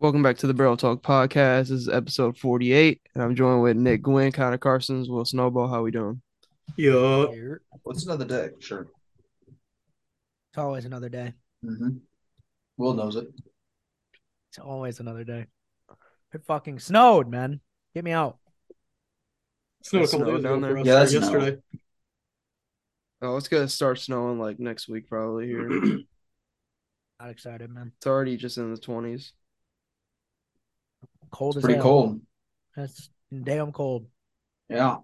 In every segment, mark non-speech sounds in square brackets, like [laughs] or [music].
Welcome back to the Barrel Talk Podcast. This is episode 48, and I'm joined with Nick Gwynn, Connor Carson's, Will Snowball. How we doing? Yo, Here. What's another day? Sure. It's always another day. Mm-hmm. Will knows it. It's always another day. It fucking snowed, man. Get me out. snowed a It's couple snowed days down ago there. for us. Yeah, or that's snow. yesterday. Oh, it's gonna start snowing like next week probably here. [clears throat] Not excited, man. It's already just in the 20s. Cold It's as pretty hell. cold. That's damn cold. [laughs] Yeah.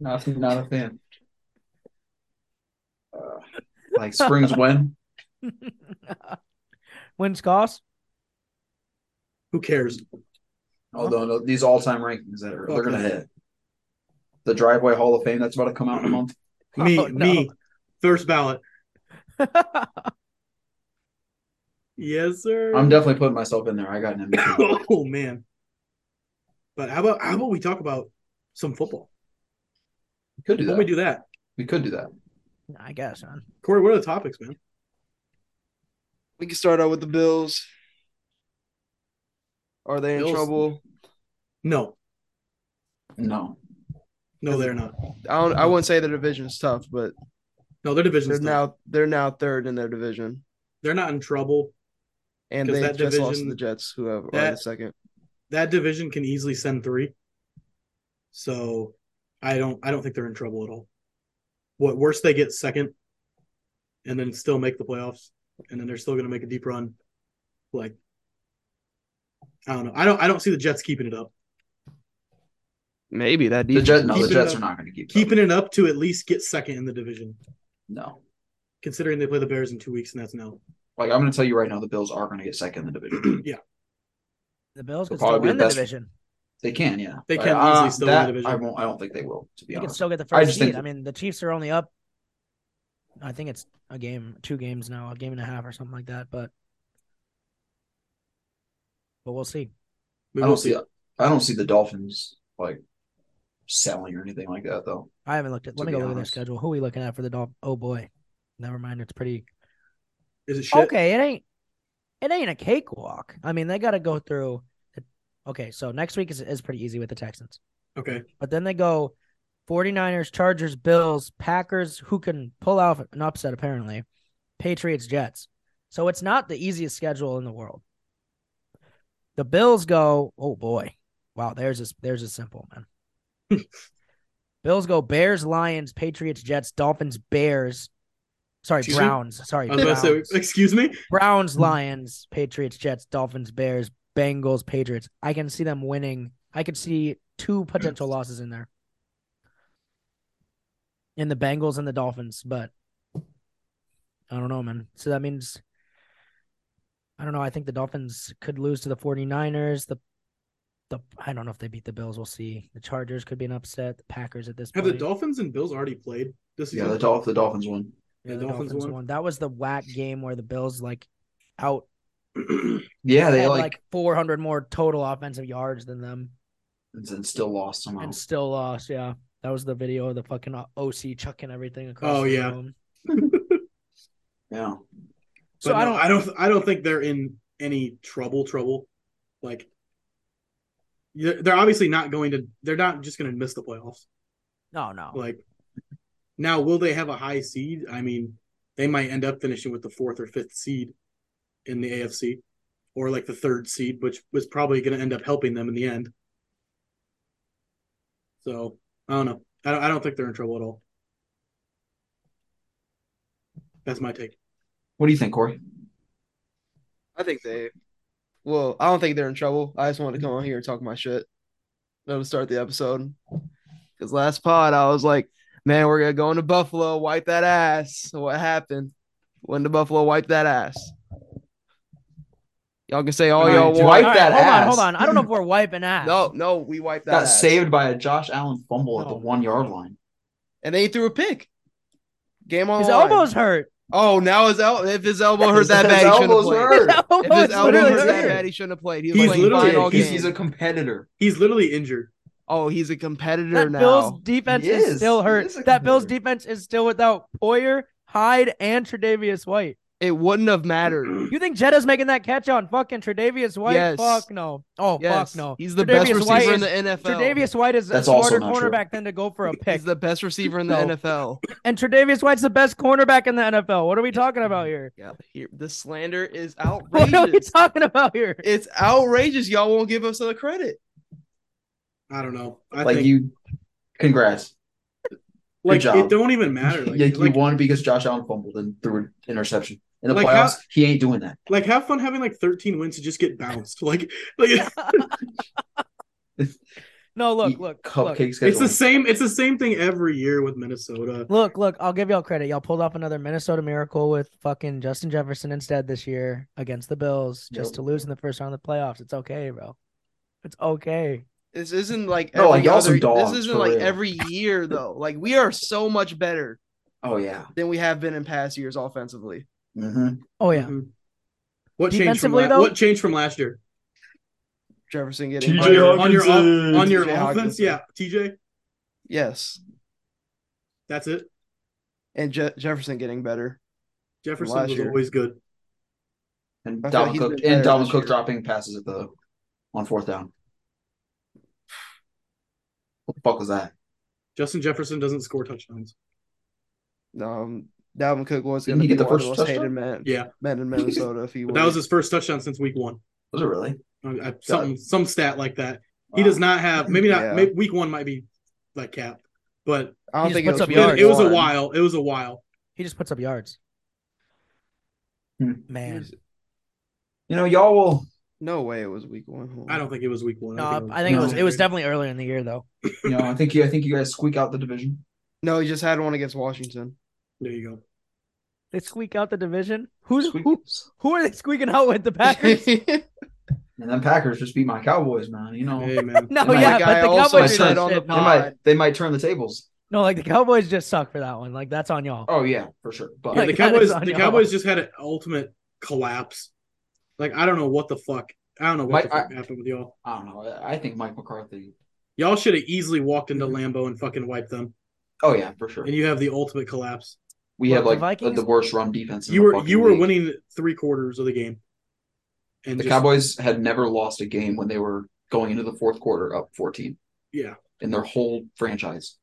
Not, not a fan. Uh, like [laughs] spring's when? Wins [laughs] cost. Who cares? Although Oh, no, these all-time rankings that are they're gonna Okay. hit the driveway Hall of Fame that's about to come out in a month. Me, Oh, no. me, first ballot. Yes, sir. I'm definitely putting myself in there. I got [laughs] an MVP. [coughs] oh man. But how about how about we talk about some football? We could do Why don't we that. do that? We could do that. I guess, man. Corey, what are the topics, man? We can start out with the Bills. Are they in Bills- trouble? No, No. no, they're not. I don't. I wouldn't say the division's tough, but No, their they're division's not. now they're now third in their division, They're not in trouble. and 'Cause they that just lost to division- the Jets, who have are the that- second. That division can easily send three. So, I don't I don't think they're in trouble at all. What worse they get second, and then still make the playoffs, and then they're still going to make a deep run. Like, I don't know. I don't I don't see the Jets keeping it up. Maybe that The defense. Jets no, the Keeping it Jets up. are not gonna keep Keeping it up to at least get second in the division. No. considering they play the Bears in two weeks, and that's now. Like I'm gonna tell you right now, the Bills are gonna get second in the division. yeah, The Bills They'll could still probably be win the the best- division. They can, yeah. They But, can uh, easily still win the that division. I won't I don't think they will, to be They could honest. still get the I first just seed. think- I mean, the Chiefs are only up. I think it's a game, two games now, a game and a half or something like that. But but we'll see. we I will don't see. I don't see the Dolphins like selling or anything like that, though. I haven't looked at. To Let me go be look at their honest. schedule. Who are we looking at for the Dolphins? Oh boy, never mind. It's pretty Is it shit? Okay, it ain't it ain't a cakewalk. I mean, they got to go through. The, okay, so next week is is pretty easy with the Texans, Okay. but then they go 49ers, Chargers, Bills, Packers, who can pull off an upset apparently, Patriots, Jets. So it's not the easiest schedule in the world. The Bills go. Oh boy, wow. There's this. There's a simple man. [laughs] Bills go Bears, Lions, Patriots, Jets, Dolphins, Bears. Sorry, Excuse me? Browns. Sorry, I was about to Browns. say, excuse me. Browns, Lions, Patriots, Jets, Dolphins, Bears, Bengals, Patriots. I can see them winning. I could see two potential losses in there. In the Bengals and the Dolphins, but I don't know, man. So that means I don't know. I think the Dolphins could lose to the 49ers. The the I don't know if they beat the Bills. We'll see. The Chargers could be an upset. The Packers at this Have point. the Dolphins and Bills already played this Yeah, season? the Dolph the Dolphins won. Yeah, the the Dolphins Dolphins won? won. That was the whack game where the Bills like out [clears throat] Yeah, they had like, like, 400 more total offensive yards than them and still lost somehow. and still lost. Yeah, that was the video of the fucking uh, O- OC chucking everything across. Oh, the yeah. room. yeah, so I don't. I don't. I don't think they're in any trouble. Trouble. Like, they're they're obviously not going to. They're not just going to miss the playoffs. No, no. Like, now will they have a high seed? I mean, they might end up finishing with the fourth or fifth seed in the AFC, or like the third seed, which was probably going to end up helping them in the end. So I don't know. I don't. I don't think they're in trouble at all. That's my take. What do you think, Corey? I think they. Well, I don't think they're in trouble. I just wanted to come on here and talk my shit. That'll start the episode. Because last pod, I was like, man, we're going to go into Buffalo, wipe that ass. What happened? When the Buffalo wipe that ass? Y'all can say all, All right, y'all do want. Wipe that hold ass. on, hold on. I don't know if we're wiping ass. No, no, we wiped that Got ass. saved by a Josh Allen fumble at the Oh. one yard line. And then he threw a pick. Game on his the line. elbow's hurt. Oh, now his elbow. If his elbow hurt His [laughs] that bad, he shouldn't have elbows played. hurt. His [laughs] elbow's If his elbow literally hurt that hurt. bad, he shouldn't have played. He was He's playing literally- fine all He's, game. he's a competitor. He's literally injured. Oh, he's a competitor That now. Bills defense He is, is. still He hurt. is a that Bills competitor. defense is still without Poyer, Hyde, and Tre'Davious White. It wouldn't have Oh, mattered. You think Jeddah's making that catch on fucking Tre'Davious White? Yes. Fuck no. Oh Yes, fuck no. he's the best Tre'Davious receiver White in is- the NFL. Tre'Davious White is That's a also smarter not true. cornerback than to go for a pick. He's the best receiver in the No. [laughs] NFL. And Tre'Davious White's the best cornerback in the NFL. What are we talking about here? [laughs] Yeah, here the slander is What are we outrageous. talking about here? it's outrageous. Y'all won't give us the credit. I don't know. I like think you, congrats. like job. it don't even matter. Like, [laughs] Yeah, you like, won because Josh Allen fumbled and threw an interception in the Like how- playoffs. he ain't doing that. like have fun having like 13 wins to just get bounced. [laughs] Like like No, look, Eat look, look. cupcakes. it's the same it's the same thing every year with Minnesota. Look, look, I'll give y'all credit. Y'all pulled off another Minnesota miracle with fucking Justin Jefferson instead this year against the Bills just Yep. to lose in the first round of the playoffs. It's okay, bro. It's okay. This isn't like No, like, every y'all some other- dogs, This isn't for like real. every year though. Like we are so much better Oh yeah. than we have been in past years offensively. hmm Oh yeah. Mhm. What changed from Defensively, la- though? what changed from last year? Jefferson getting TJ on your hurt. on your, Hawkinson. off- on your TJ offense, Hawkinson. yeah, TJ. yes, That's it. and Je- Jefferson getting better. Jefferson Last was year. always good. And I thought Dalvin he'd Cook been and better Dalvin this Cook year. dropping passes at the on fourth down. What the fuck was that? Justin Jefferson doesn't score touchdowns. Um, Dalvin Cook was going to Didn't he be get the one of the first most hated touchdown? men, Yeah, men in Minnesota if he but would. that was his first touchdown since week one. Was it really? I- I- Some some stat like that. He does not have. Maybe not. Yeah. Maybe week one might be like cap, but I don't He think it just was, puts up week it, it was a one. while. It was a while. He just puts up yards. Hmm. Man. You know, y'all will. No way, it was week one. Hold on. I don't think it was week one. No, I think it was it was after. definitely earlier in the year though. You know, I think you. I think you guys squeak out the division. No, he just had one against [laughs] Washington. There you go. They squeak out the division. Who's Squeak. who, who are they squeaking out with? The Packers? [laughs] And then Packers just beat my Cowboys, man. You know, Hey man. [laughs] No, And my yeah, guy but the also Cowboys said are on the shit, they man. pod- might they might turn the tables. No, like the Cowboys just suck for that one. Like that's on y'all. Oh yeah, for sure. But Yeah, Like, the that Cowboys. is on The y'all. Cowboys just had an ultimate collapse. Like I don't know what the fuck. I don't know what Mike, the fuck happened with y'all. I don't know. I- I think Mike McCarthy. Y'all should have easily walked into Lambeau and fucking wiped them. Oh yeah, for sure. And you have the ultimate collapse. We Well, have the like the, Vikings- the worst run defense. in You the were fucking you were league. winning three quarters of the game. And The just, Cowboys had never lost a game when they were going into the fourth quarter up 14 Yeah. in their whole franchise,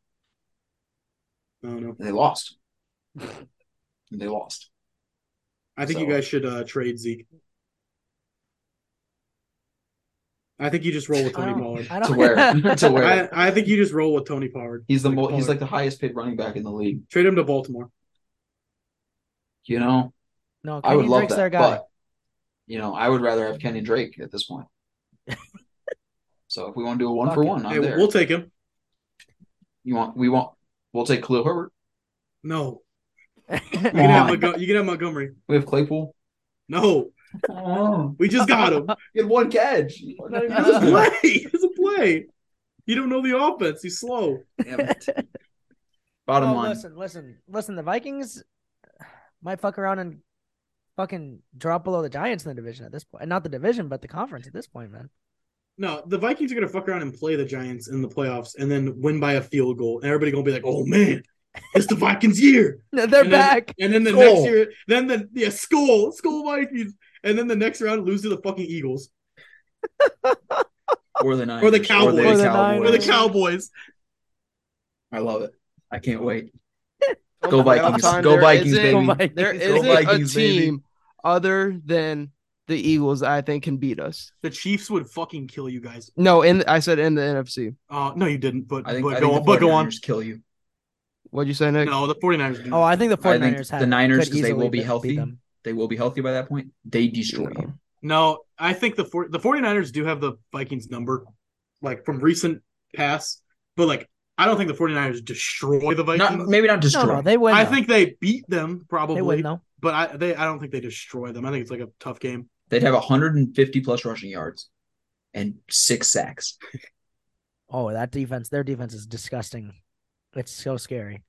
I don't know. and they lost. [laughs] And they lost. I think you So- guys should uh, trade Zeke. I think you just roll with I Tony don't, Pollard. I To don't- [laughs] where? [laughs] to where? I, I think you just roll with Tony Pollard. he's the Like mo- he's Pollard. like the highest paid running back in the league. trade him to Baltimore. You know, no, I would Kenyon love Drake's their that, guy. but you know, I would rather have Kenyon Drake at this [laughs] point. so if we want to do a one for Fuck it. one, I'm Hey, there. we'll take him. you want? We want? We'll take Khalil Herbert. No, Come you can, [laughs] have on. Montgo- you can have Montgomery. We have Claypool. No, Oh, we just got him. he had one [laughs] catch. Not even He was [laughs] good. play. He was a play. You don't know the offense. He's slow. Damn it. Bottom Oh, No, line, Oh, listen, listen, listen. The Vikings might fuck around and fucking drop below the Giants in the division at this point, and not the division, but the conference at this point, man. No, the Vikings are gonna fuck around and play the Giants in the playoffs and then win by a field goal, and everybody gonna be like, "Oh man, it's the Vikings' year." they're And then- back. And then the Skull. next year, then the yeah, skull, skull Vikings, and then the next round lose to the fucking Eagles or the Or the Cowboys. Or the or the Niners. Cowboys. I love it. I can't wait. Come Go on, Vikings. Valentine, Go there Vikings, isn't- baby. There Vikings. isn't Vikings, a baby. team other than the Eagles that I think can beat us. The Chiefs would fucking kill you guys. No, in I said in the NFC. Uh, no, you didn't. But I think, but I go on. think the But go on. 49ers kill you. What'd you say, Nick? No, the 49ers. Do. Oh, I think the I 49ers think had the Niners, could 'cause they easily will be beat- beat healthy. them. They will be healthy by that point. They destroy you. no, I think the four, the 49ers do have the Vikings number, like from recent past. But like, I don't think the 49ers destroy the Vikings. Not maybe not No, destroy. no, they win. I though. think they beat them they probably, win though. but I they I don't think they destroy them. I think it's like a tough game. They'd have 150 plus rushing yards and six sacks. Oh, that defense. Their defense is disgusting. It's so scary.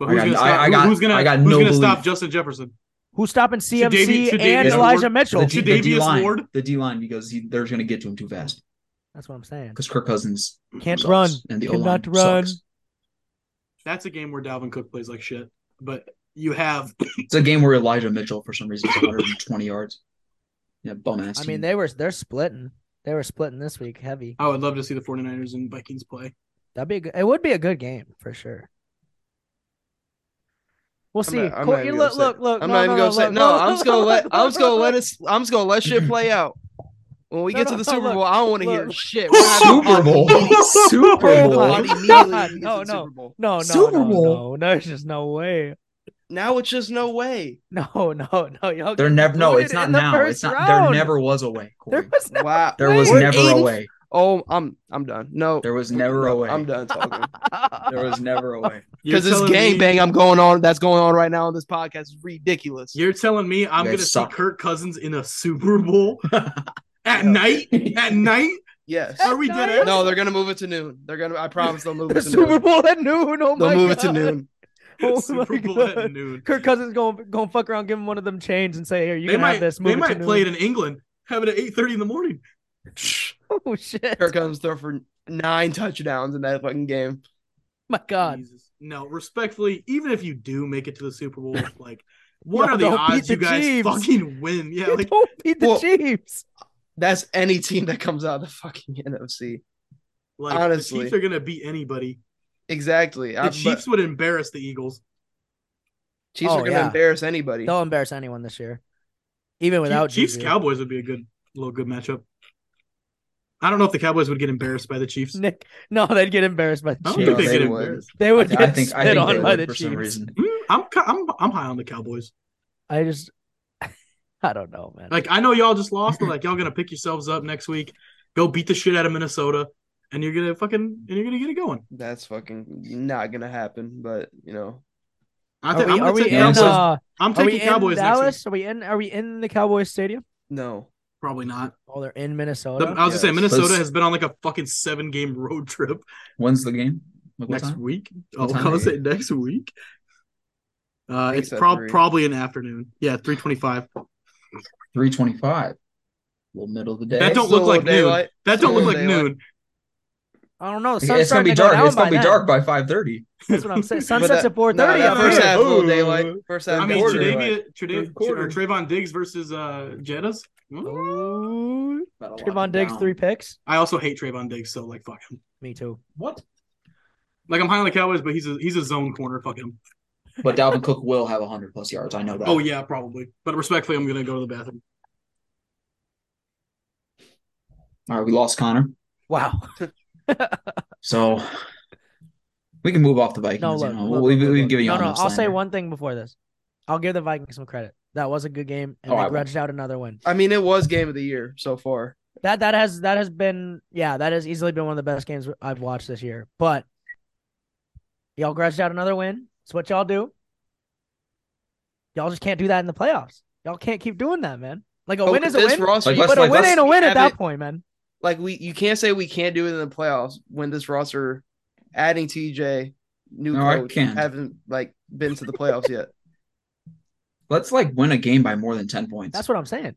But I who's got- gonna I- stop? I who- got- who's gonna I got who's no gonna belief. stop Justin Jefferson? Who's stopping CMC Tre'Davious- and Tre'Davious Elijah Ward- Mitchell? The, D- the Tre'Davious D line, Ward? the D line, because he, they're going to get to him too fast. That's what I'm saying. Because Kirk Cousins Can't sucks, run. and the O Cannot line run. sucks. That's a game where Dalvin Cook plays like shit. But you have It's a game where Elijah Mitchell, for some reason, is 120 yards. Yeah, bum ass. I team. mean, they were they're splitting. They were splitting this week heavy. I would love to see the 49ers and Vikings play. That'd be a good, it would be a good game for sure. We'll see. I'm not- I'm Cor- not even look, gonna look, look. I'm no, not even no, gonna say look, no. I'm just [laughs] gonna let I'm just gonna let look, us I'm just gonna let shit play out. When we No, get to no, the no, Super look, Bowl, I don't want to hear look. shit. We're having- Super Bowl. Super We're Oh Bowl. my- having immediately God, against no, the no. Super Bowl. No, no, Super no, Bowl. no, no. There's just no way. [laughs] Now it's just no way. No, no, no. Y'all They're get never. No, booted it's not in the now. first It's not. round. There never was a way. There Corey. was [laughs] no. Wow. There was We're never eight a and- [laughs] way. Oh, I'm I'm done. No, There was never a no, way. I'm done talking. There was never a way. [laughs] You're Because this telling me- gangbang I'm going on that's going on right now on this podcast is ridiculous. You're telling me I'm guys going to see suck. Kirk Cousins in a Super [laughs] Bowl at Yeah. night? At night? Yes. Are we dead ass? No, they're gonna move it to noon. They're gonna. I promise they'll move it the to Super noon. Bowl at noon. Oh my They'll move it to God. noon. [laughs] Oh my Super Bowl God. at noon. Kirk Cousins going going fuck around, give him one of them chains, and say, "Here, you they can might have this." Move they might to play noon. it in England. Have it at 8:30 in the morning. [laughs] Oh shit! Kirk Cousins throw for nine touchdowns in that fucking game. my God! Jesus. No, respectfully, even if you do make it to the Super [laughs] Bowl, like what Y'all are the don't beat odds the you guys Chiefs. fucking win? Yeah, you like [laughs] don't beat the Well- Chiefs. That's any team that comes out of the fucking [laughs] NFC. like Honestly. the Chiefs are gonna beat anybody. Exactly. The I- but Chiefs would embarrass the Eagles. Chiefs Oh, are gonna yeah. embarrass anybody. They'll embarrass anyone this year, even without Without Chiefs Juju. Cowboys would be a good little good matchup. I don't know if the Cowboys would get embarrassed by the Chiefs. [laughs] Nick, no, they'd get embarrassed by the I don't Chiefs. think they They get would. embarrassed. They [laughs] would get I think. spit I think on they by the would for some Chiefs. reason. Mm, I'm ki- I'm I'm high on the Cowboys. I just, [laughs] I don't know, man. Like I know y'all just lost, but like y'all gonna pick yourselves up next week, go beat the shit out of Minnesota, and you're gonna fucking and you're gonna get it going. That's fucking not gonna happen. But you know, I are think we, I'm are gonna we take in? Dallas. Cowboys. Uh, I'm are we taking in Cowboys next week. Dallas? Are we in? Are we in the Cowboys stadium? no. Probably not. Oh, they're in The- uh, Minnesota. I was gonna say Yes. Minnesota Let's- has been on like a fucking seven game road trip When's the game? Like, what next time? week. What oh, time I are was you? saying next week. Uh, think it's it's at prob- three. probably an afternoon. Yeah, three twenty-five. Three twenty-five. Little middle of the day. That don't Still look like a daylight. That don't look Ooh, like they noon. I don't know. The It's sun's gonna starting be to go dark. down It's by gonna be then. dark by five thirty. That's what I'm saying. But Sunsets that- at four no, thirty. that that first here. half, little Ooh. daylight. First half, I mean, quarter, Jadavian- daylight. Jadavia, Jadav- Third quarter. or Trayvon Diggs versus uh, Jettas. Oh. Trayvon Diggs three picks. I also hate Trayvon Diggs, so like fuck him. Me too. What? Like I'm high on the Cowboys, but he's a he's a zone corner. Fuck him. But Dalvin Cook will have hundred plus yards. I know that. Oh yeah, probably. But respectfully, I'm gonna go to the bathroom. All right, we lost Connor, Wow. so we can move off the [laughs] Vikings. No, look, you know. look, we, look, we, look, we've look. given you no, all no. enough I'll say slander. one thing before this. I'll give the Vikings some credit. That was a good game, and Oh, I they will. grudged out another win. I mean, it was game of the year so far. That that has that has been yeah that has easily been one of the best games I've watched this year. But y'all grudged out another win. It's what y'all do. Y'all just can't do that in the playoffs. Y'all can't keep doing that, man. Like a But win with is a Oh, this win, roster, Like, you let's- but can't- a Oh, like, win let's- ain't a win at have that it- point, man. Like we, you can't say we can't do it in the playoffs when this roster, adding TJ, new No, I coach, can. haven't like been to the playoffs yet. Let's like win a game by more than ten points. That's what I'm saying.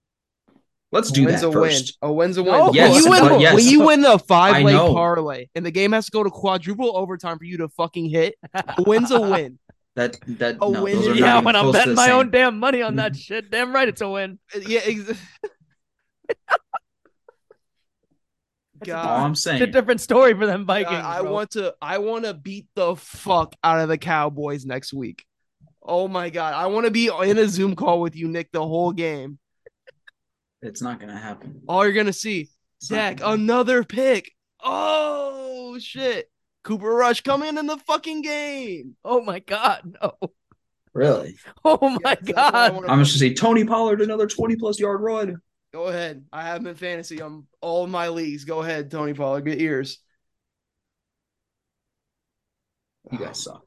[laughs] Let's do win's that a first. win. A win's a win. No, Yes, when, you win but the, yes. when you [laughs] win the five leg know. parlay and the game has to go to quadruple overtime for you to fucking hit, a win's [laughs] a win. That that A no, win those is- are not Yeah, yeah, even when I'm close to betting the my same. own damn money on [laughs] that shit, damn right it's a win. Uh, yeah. Ex- [laughs] All God, I'm It's a saying. different story for them Vikings. I, I bro. want to. I want to beat the fuck out of the Cowboys next week. Oh my god, I want to be in a Zoom call with you, Nick, the whole game. It's not gonna happen. All you're gonna see, It's not Zach, um, gonna happen. another pick. Oh shit, Cooper Rush come in in the fucking game. Oh my god, no. [laughs] really. Oh my Yes, that's what I god. wanna I'm do. just gonna say Tony Pollard another twenty plus yard run. Go ahead. I have him in fantasy on all of my leagues. Go ahead, Tony Pollard. Get ears. You Oh. guys suck.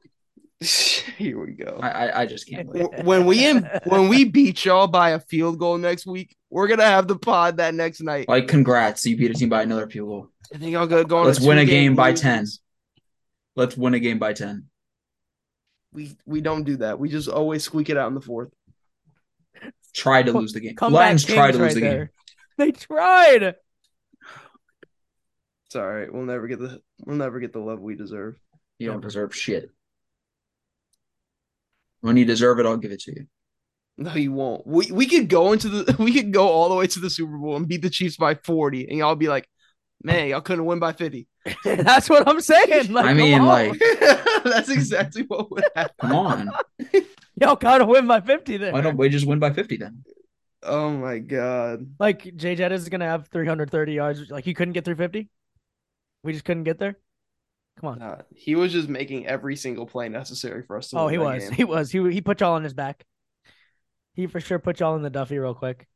[laughs] Here we go. I I, I just can't. Believe it. W- when we in, when we beat y'all by a field goal next week, we're gonna have the pod that next night. Like congrats, you beat a team by another field goal. I think I'll go, go on. Let's win a two-game game by lose. 10. Let's win a game by ten. We we don't do that. We just always squeak it out in the fourth. Try to lose the game. Comeback Lions try kings to lose right the there. game. They tried. [laughs] It's all right. We'll never get the we'll never get the love we deserve. You don't deserve shit. When you deserve it, I'll give it to you. No, you won't. We we could go into the [laughs] we could go all the way to the Super Bowl and beat the Chiefs by 40, and y'all be like, man, y'all couldn't win by 50. That's what I'm saying. Like, I come mean, on. like, [laughs] That's exactly what would happen. [laughs] come on. y'all gotta win by 50 there. Why don't we just win by 50 then? Oh my god. Like Jay Jett is gonna have 330 yards. Like he couldn't get 350. We just couldn't get there. Come on. Nah, he was just making every single play necessary for us to oh, win he that was. game. He was. He he put y'all on his back. He for sure put y'all in the Duffy real quick.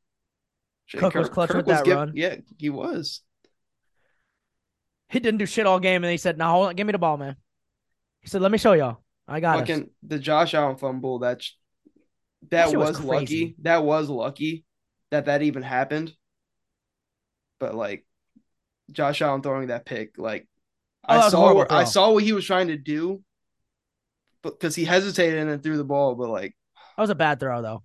Shit, Cook was clutch with that giv- run. Yeah, he was. He didn't do shit all game, and he said, "No, hold on, give me the ball, man." He said, "Let me show y'all. I got it." Fucking the Josh Allen fumble. That sh- That that shit was was crazy. lucky. That was lucky that that even happened. But like Josh Allen throwing that pick, like Oh, that was I a saw horrible what, I throw. saw what he was trying to do, but because he hesitated and then threw the ball. But like That was a bad throw though.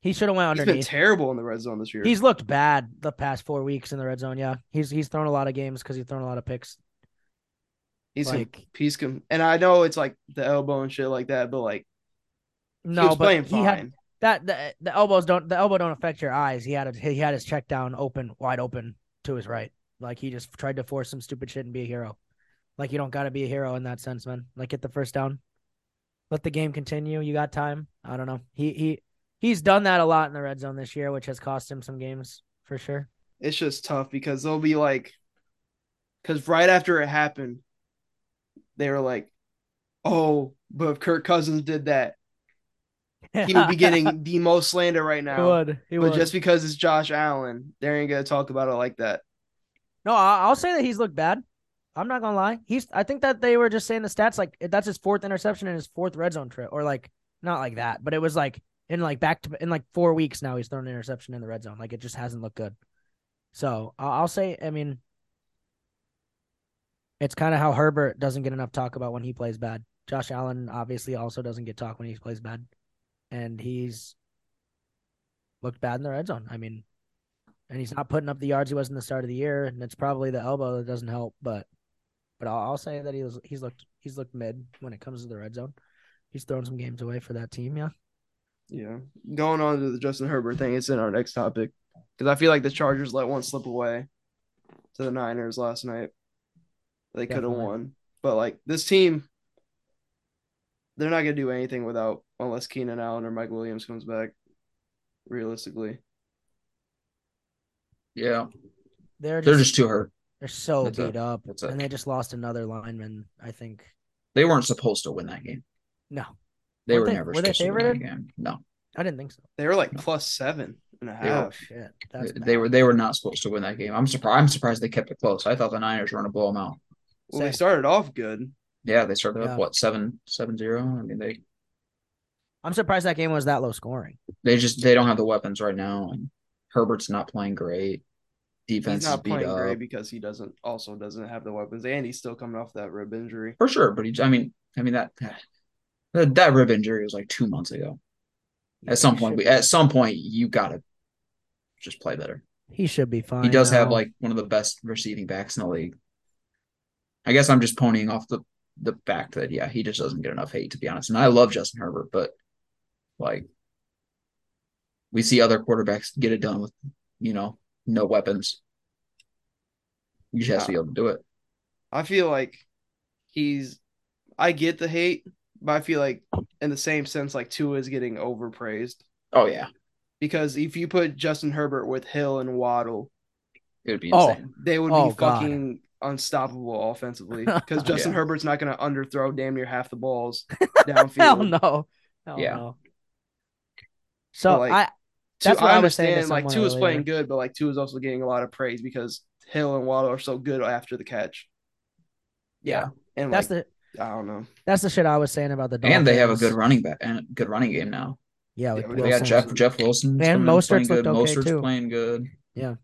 He should have went he's been underneath. terrible in the red zone this year. He's looked bad the past four weeks in the red zone. Yeah, he's he's thrown a lot of games because he's thrown a lot of picks. he's com- like- he's com- and I know it's like the elbow and shit like that, but like No, he was but playing he fine. had that the, the elbows don't the elbow don't affect your eyes. He had a, he had his check down open wide open to his right. Like he just tried to force some stupid shit and be a hero. Like you don't got to be a hero in that sense, man. Like get the first down, let the game continue. You got time. I don't know. He he he's done that a lot in the red zone this year, which has cost him some games for sure. it's just tough because they'll be like, because right after it happened, they were like, oh, but if Kirk Cousins did that, he [laughs] would be getting the most slander right he now. would. He But would. just because it's Josh Allen, they ain't gonna talk about it like that. No, I- I'll say that he's looked bad. I'm not gonna lie. He's. I think that they were just saying the stats like that's his fourth interception and his fourth red zone trip, or like not like that, but it was like in like back to in like four weeks now he's thrown an interception in the red zone. Like it just hasn't looked good. So I- I'll say. I mean, it's kind of how Herbert doesn't get enough talk about when he plays bad. Josh Allen obviously also doesn't get talk when he plays bad, and he's looked bad in the red zone. I mean, and he's not putting up the yards he was in the start of the year, and it's probably the elbow that doesn't help. But but I'll, I'll say that he was, he's looked he's looked mid when it comes to the red zone. He's thrown some games away for that team. Yeah, Yeah. Going on to the Justin Herbert thing, it's in our next topic because I feel like the Chargers let one slip away to the Niners last night. They could have Definitely. won, but like this team, they're not gonna do anything without unless Keenan Allen or Mike Williams comes back. Realistically, Yeah. they're just, They're they're, just too hurt. so That's it. beat up, That's it. and they just lost another lineman. I think They weren't supposed to win that game. no, They Weren't were they- never were they supposed to win that favorited? game. No. I didn't think so. they were like plus seven and a They were- half. Shit, that's They- bad. they were they were not supposed to win that game. I'm surprised I'm surprised they kept it close. I thought the Niners were gonna blow them out. Well, they Same. started off good. Yeah, they started Yeah. up what seven seven zero. I mean they I'm surprised that game was that low scoring. they just they don't have the weapons right now and Herbert's not playing great. He's Defense is not beat playing up. great because he doesn't also doesn't have the weapons, and he's still coming off that rib injury. For sure, but he, I mean, I mean that that, that rib injury was like two months ago. At some point, we, at some point, you gotta just play better. he should be fine. He does have now. like one of the best receiving backs in the league. I guess I'm just ponying off the the fact that yeah, he just doesn't get enough hate to be honest. And I love Justin Herbert, but like we see other quarterbacks get it done with you know no weapons. You just have to be able to do it. I feel like he's I get the hate, but I feel like in the same sense like Tua is getting overpraised Oh yeah, because if you put Justin Herbert with Hill and Waddle, it would be Oh. insane. they would Oh, be God. fucking unstoppable [laughs] offensively because Justin Yeah. Herbert's not going to underthrow damn near half the balls [laughs] [laughs] hell downfield. no, hell Yeah. no. So like, I Tua- That's what I I was saying to understand like someone two is playing earlier. good, but like two is also getting a lot of praise because Hill and Waddle are so good after the catch. Yeah. and that's like the I don't know. that's the shit I was saying about the Dolphins. And they have a good running back and good running game now. yeah. Yeah, Like but They got Wilson. Jeff Jeff Wilson And Mostert's playing good. looked okay, Mostert's too. playing good. Yeah.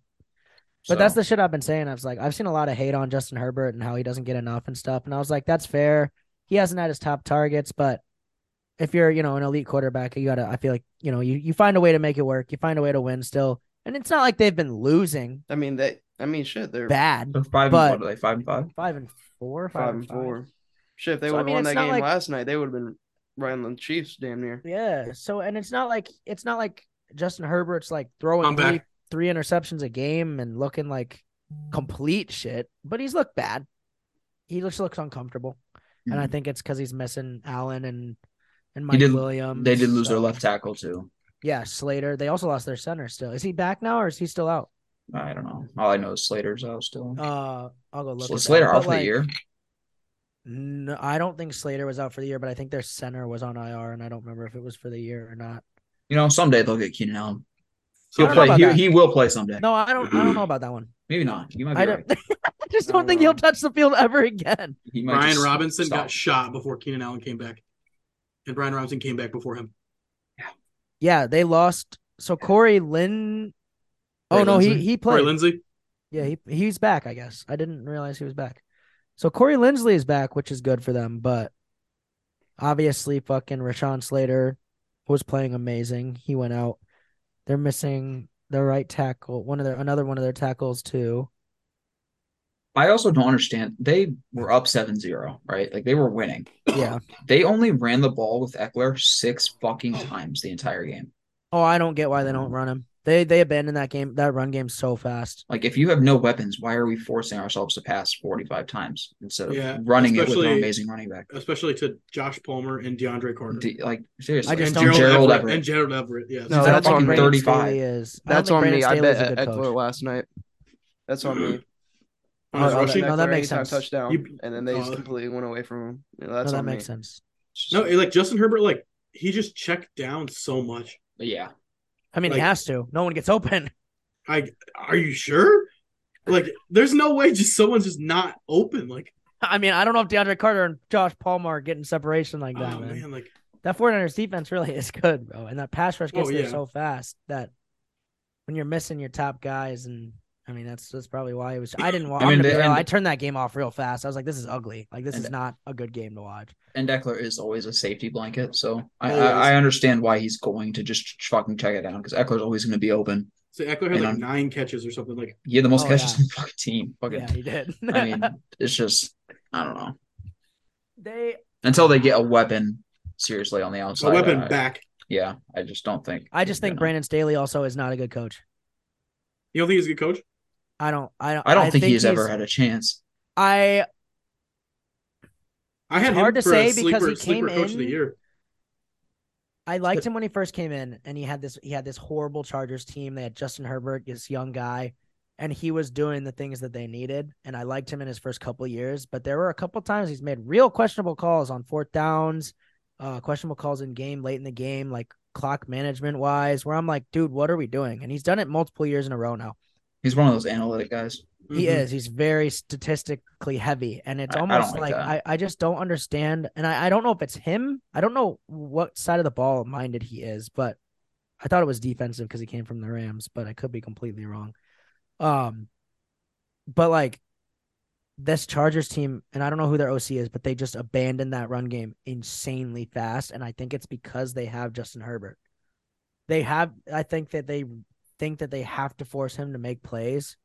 But that's the shit I've been saying. I was like, I've seen a lot of hate on Justin Herbert and how he doesn't get enough and stuff. And I was like, that's fair. He hasn't had his top targets, but if you're, you know, an elite quarterback, you gotta I feel like, you know, you, you find a way to make it work. You find a way to win still. And it's not like they've been losing I mean that. I mean shit. They're bad. They're five but- and what are they? Five and five? Five and four, five, five and four. Shit, if they So, I would have mean, won it's that not game like- last night, they would have been right on the Chiefs, damn near. Yeah. So and it's not like it's not like Justin Herbert's like throwing I'm back. three, three interceptions a game and looking like complete shit, but he's looked bad. He just looks uncomfortable, and I Mm-hmm. think it's because he's missing Allen and and Mike did- Williams. They did lose their so- left tackle too. Yeah, Slater. They also lost their center. Still, is he back now or is he still out? I don't know. All I know is Slater's out still. Uh, I'll go look. so at that. Slater But, out for the like, year. No, I don't think Slater was out for the year, but I think their center was on IR, and I don't remember if it was for the year or not. You know, someday they'll get Keenan Allen. So He'll I don't know play. about He, that. he will play someday. No, I don't. I don't know about that one. Maybe not. You might be I right. don't. [laughs] I just I don't don't think he'll know. touch the field ever again. He might Brian just Robinson stop. got shot before Keenan Allen came back, and Brian Robinson came back before him. Yeah, they lost. So Corey Lynn. Oh Corey no, he Lindsey? he Corey played. Lindsey, yeah, he he's back. I guess I didn't realize he was back. So Corey Lindsley is back, which is good for them. But obviously, fucking Rashawn Slater was playing amazing. He went out. They're missing their right tackle. One of their another one of their tackles too. I also don't understand. They were up 7-0, right? Like they were winning. Yeah. [coughs] They only ran the ball with Eckler six fucking times the entire game. Oh, I don't get why they don't run him. They they abandoned that game that run game so fast. Like if you have no weapons, why are we forcing ourselves to pass 45 times instead of Yeah, running it with an especially- amazing running back? especially to Josh Palmer and DeAndre Carter. D- like seriously, Mm-hmm. I just and don't- Gerald, Gerald Everett, Everett. and Gerald Everett. Yeah, No, He's that's "Oh, on on fucking me. Brandon 35. Staley is. oh, I don't That's think on Brandon me. I Staley's bet a good Eckler coach. last night. That's on me. on No, his that- rushing. no, that Eckler makes anytime sense. Touchdown, You- and then they just oh. completely went away from him. You know, No, that's that on me. makes sense. No, like Justin Herbert, like he just checked down so much. But yeah, I mean, he Like- has to. No one gets open. [laughs] I are you sure? Like, there's no way just someone's just not open. Like, I mean, I don't know if DeAndre Carter and Josh Palmer are getting separation like that, oh man. man, like That 49ers defense really is good, bro. And that pass rush gets Oh, there yeah. so fast that when you're missing your top guys, and I mean, that's that's probably why it was. I didn't watch. I I, am mean, gonna be the- real, and- I turned that game off real fast. I was like, this is ugly. Like, this And- is not a good game to watch. and Eckler is always a safety blanket, so I, Always. I, I understand why he's going to just ch- fucking check it down because Eckler's always going to be open. so Eckler And had like I'm- nine catches or something. Like, He had the most Oh, catches yeah. in the fucking team. Fucking, Yeah, he did. [laughs] I mean, it's just I don't know they until they get a weapon seriously on the a outside. weapon I- back. Yeah, I just don't think. I just think you know. Brandon Staley also is not a good coach. You don't think he's a good coach? I don't. I don't. I don't think, he's, ever had a chance. I I had It's hard him to for a say because sleeper, he sleeper came coach of the in- year. I liked him when he first came in, and he had this he had this horrible Chargers team. They had Justin Herbert, this young guy, and he was doing the things that they needed. And I liked him in his first couple of years, but there were a couple times he's made real questionable calls on fourth downs, uh, questionable calls in game late in the game, like clock management wise, where I'm like, dude, what are we doing? And he's done it multiple years in a row now. He's one of those analytic guys. He Mhm. is. He's very statistically heavy, and it's Mm-hmm. I- I don't almost like like, that. I, I just don't understand, and I, I don't know if it's him. I don't know what side of the ball minded he is, but I thought it was defensive because he came from the Rams, but I could be completely wrong. Um, but like this Chargers team, and I don't know who their OC is, but they just abandoned that run game insanely fast, and I think it's because they have Justin Herbert. They have. I think that they think that they have to force him to make plays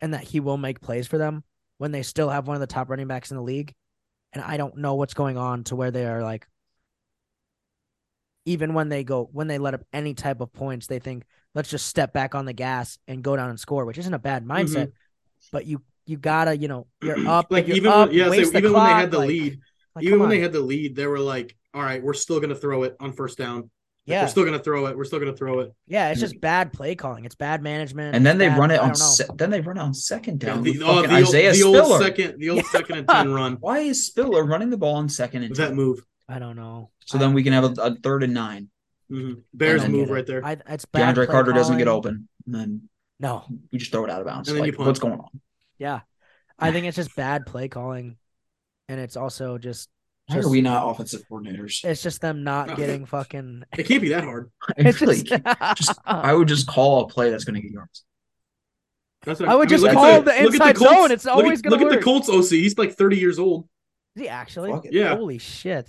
and that he will make plays for them when they still have one of the top running backs in the league. And I don't know what's going on to where they are like, even when they go, when they let up any type of points, they think, let's just step back on the gas and go down and score, which isn't a bad Mm-hmm. mindset. But you, you gotta, you know, [clears throat] you're up. Like you're even up, when, yeah, so waste the even when they had clock, the like- lead, like, even come when they on. had the lead, they were like, "All right, we're still going to throw it on first down. Like, yeah, We're still going to throw it. We're still going to throw it." yeah, [clears throat] it's just bad play calling. It's bad management. And then it's they bad- run it I on. don't know. Se- then they run it on second down. the, with oh, fucking the, old- Isaiah the Spiller. old second, the old second and ten run [laughs] Why is Spiller running the ball on second and with ten? that move. I don't know. I So then don't we can get have it. a, a third and nine. Mhm. Bears I don't move get it. right there. I, it's bad. DeAndre play Carter doesn't get calling. open, and then No, we just throw it out of bounds. And then you Like, punt. what's going on? Yeah. I think it's just bad play calling. And it's also just Why are Just- we not offensive coordinators? it's just them not No. getting [laughs] fucking It can't be that hard. I, [laughs] it's feel just, [laughs] like just- I would just call a play that's going to get yards. That's what I would just look at call look the at inside Colts- zone. It's look always at, gonna look at work. the Colts OC. He's like 30 years old. Is he actually? Fuck it. Yeah. Holy shit.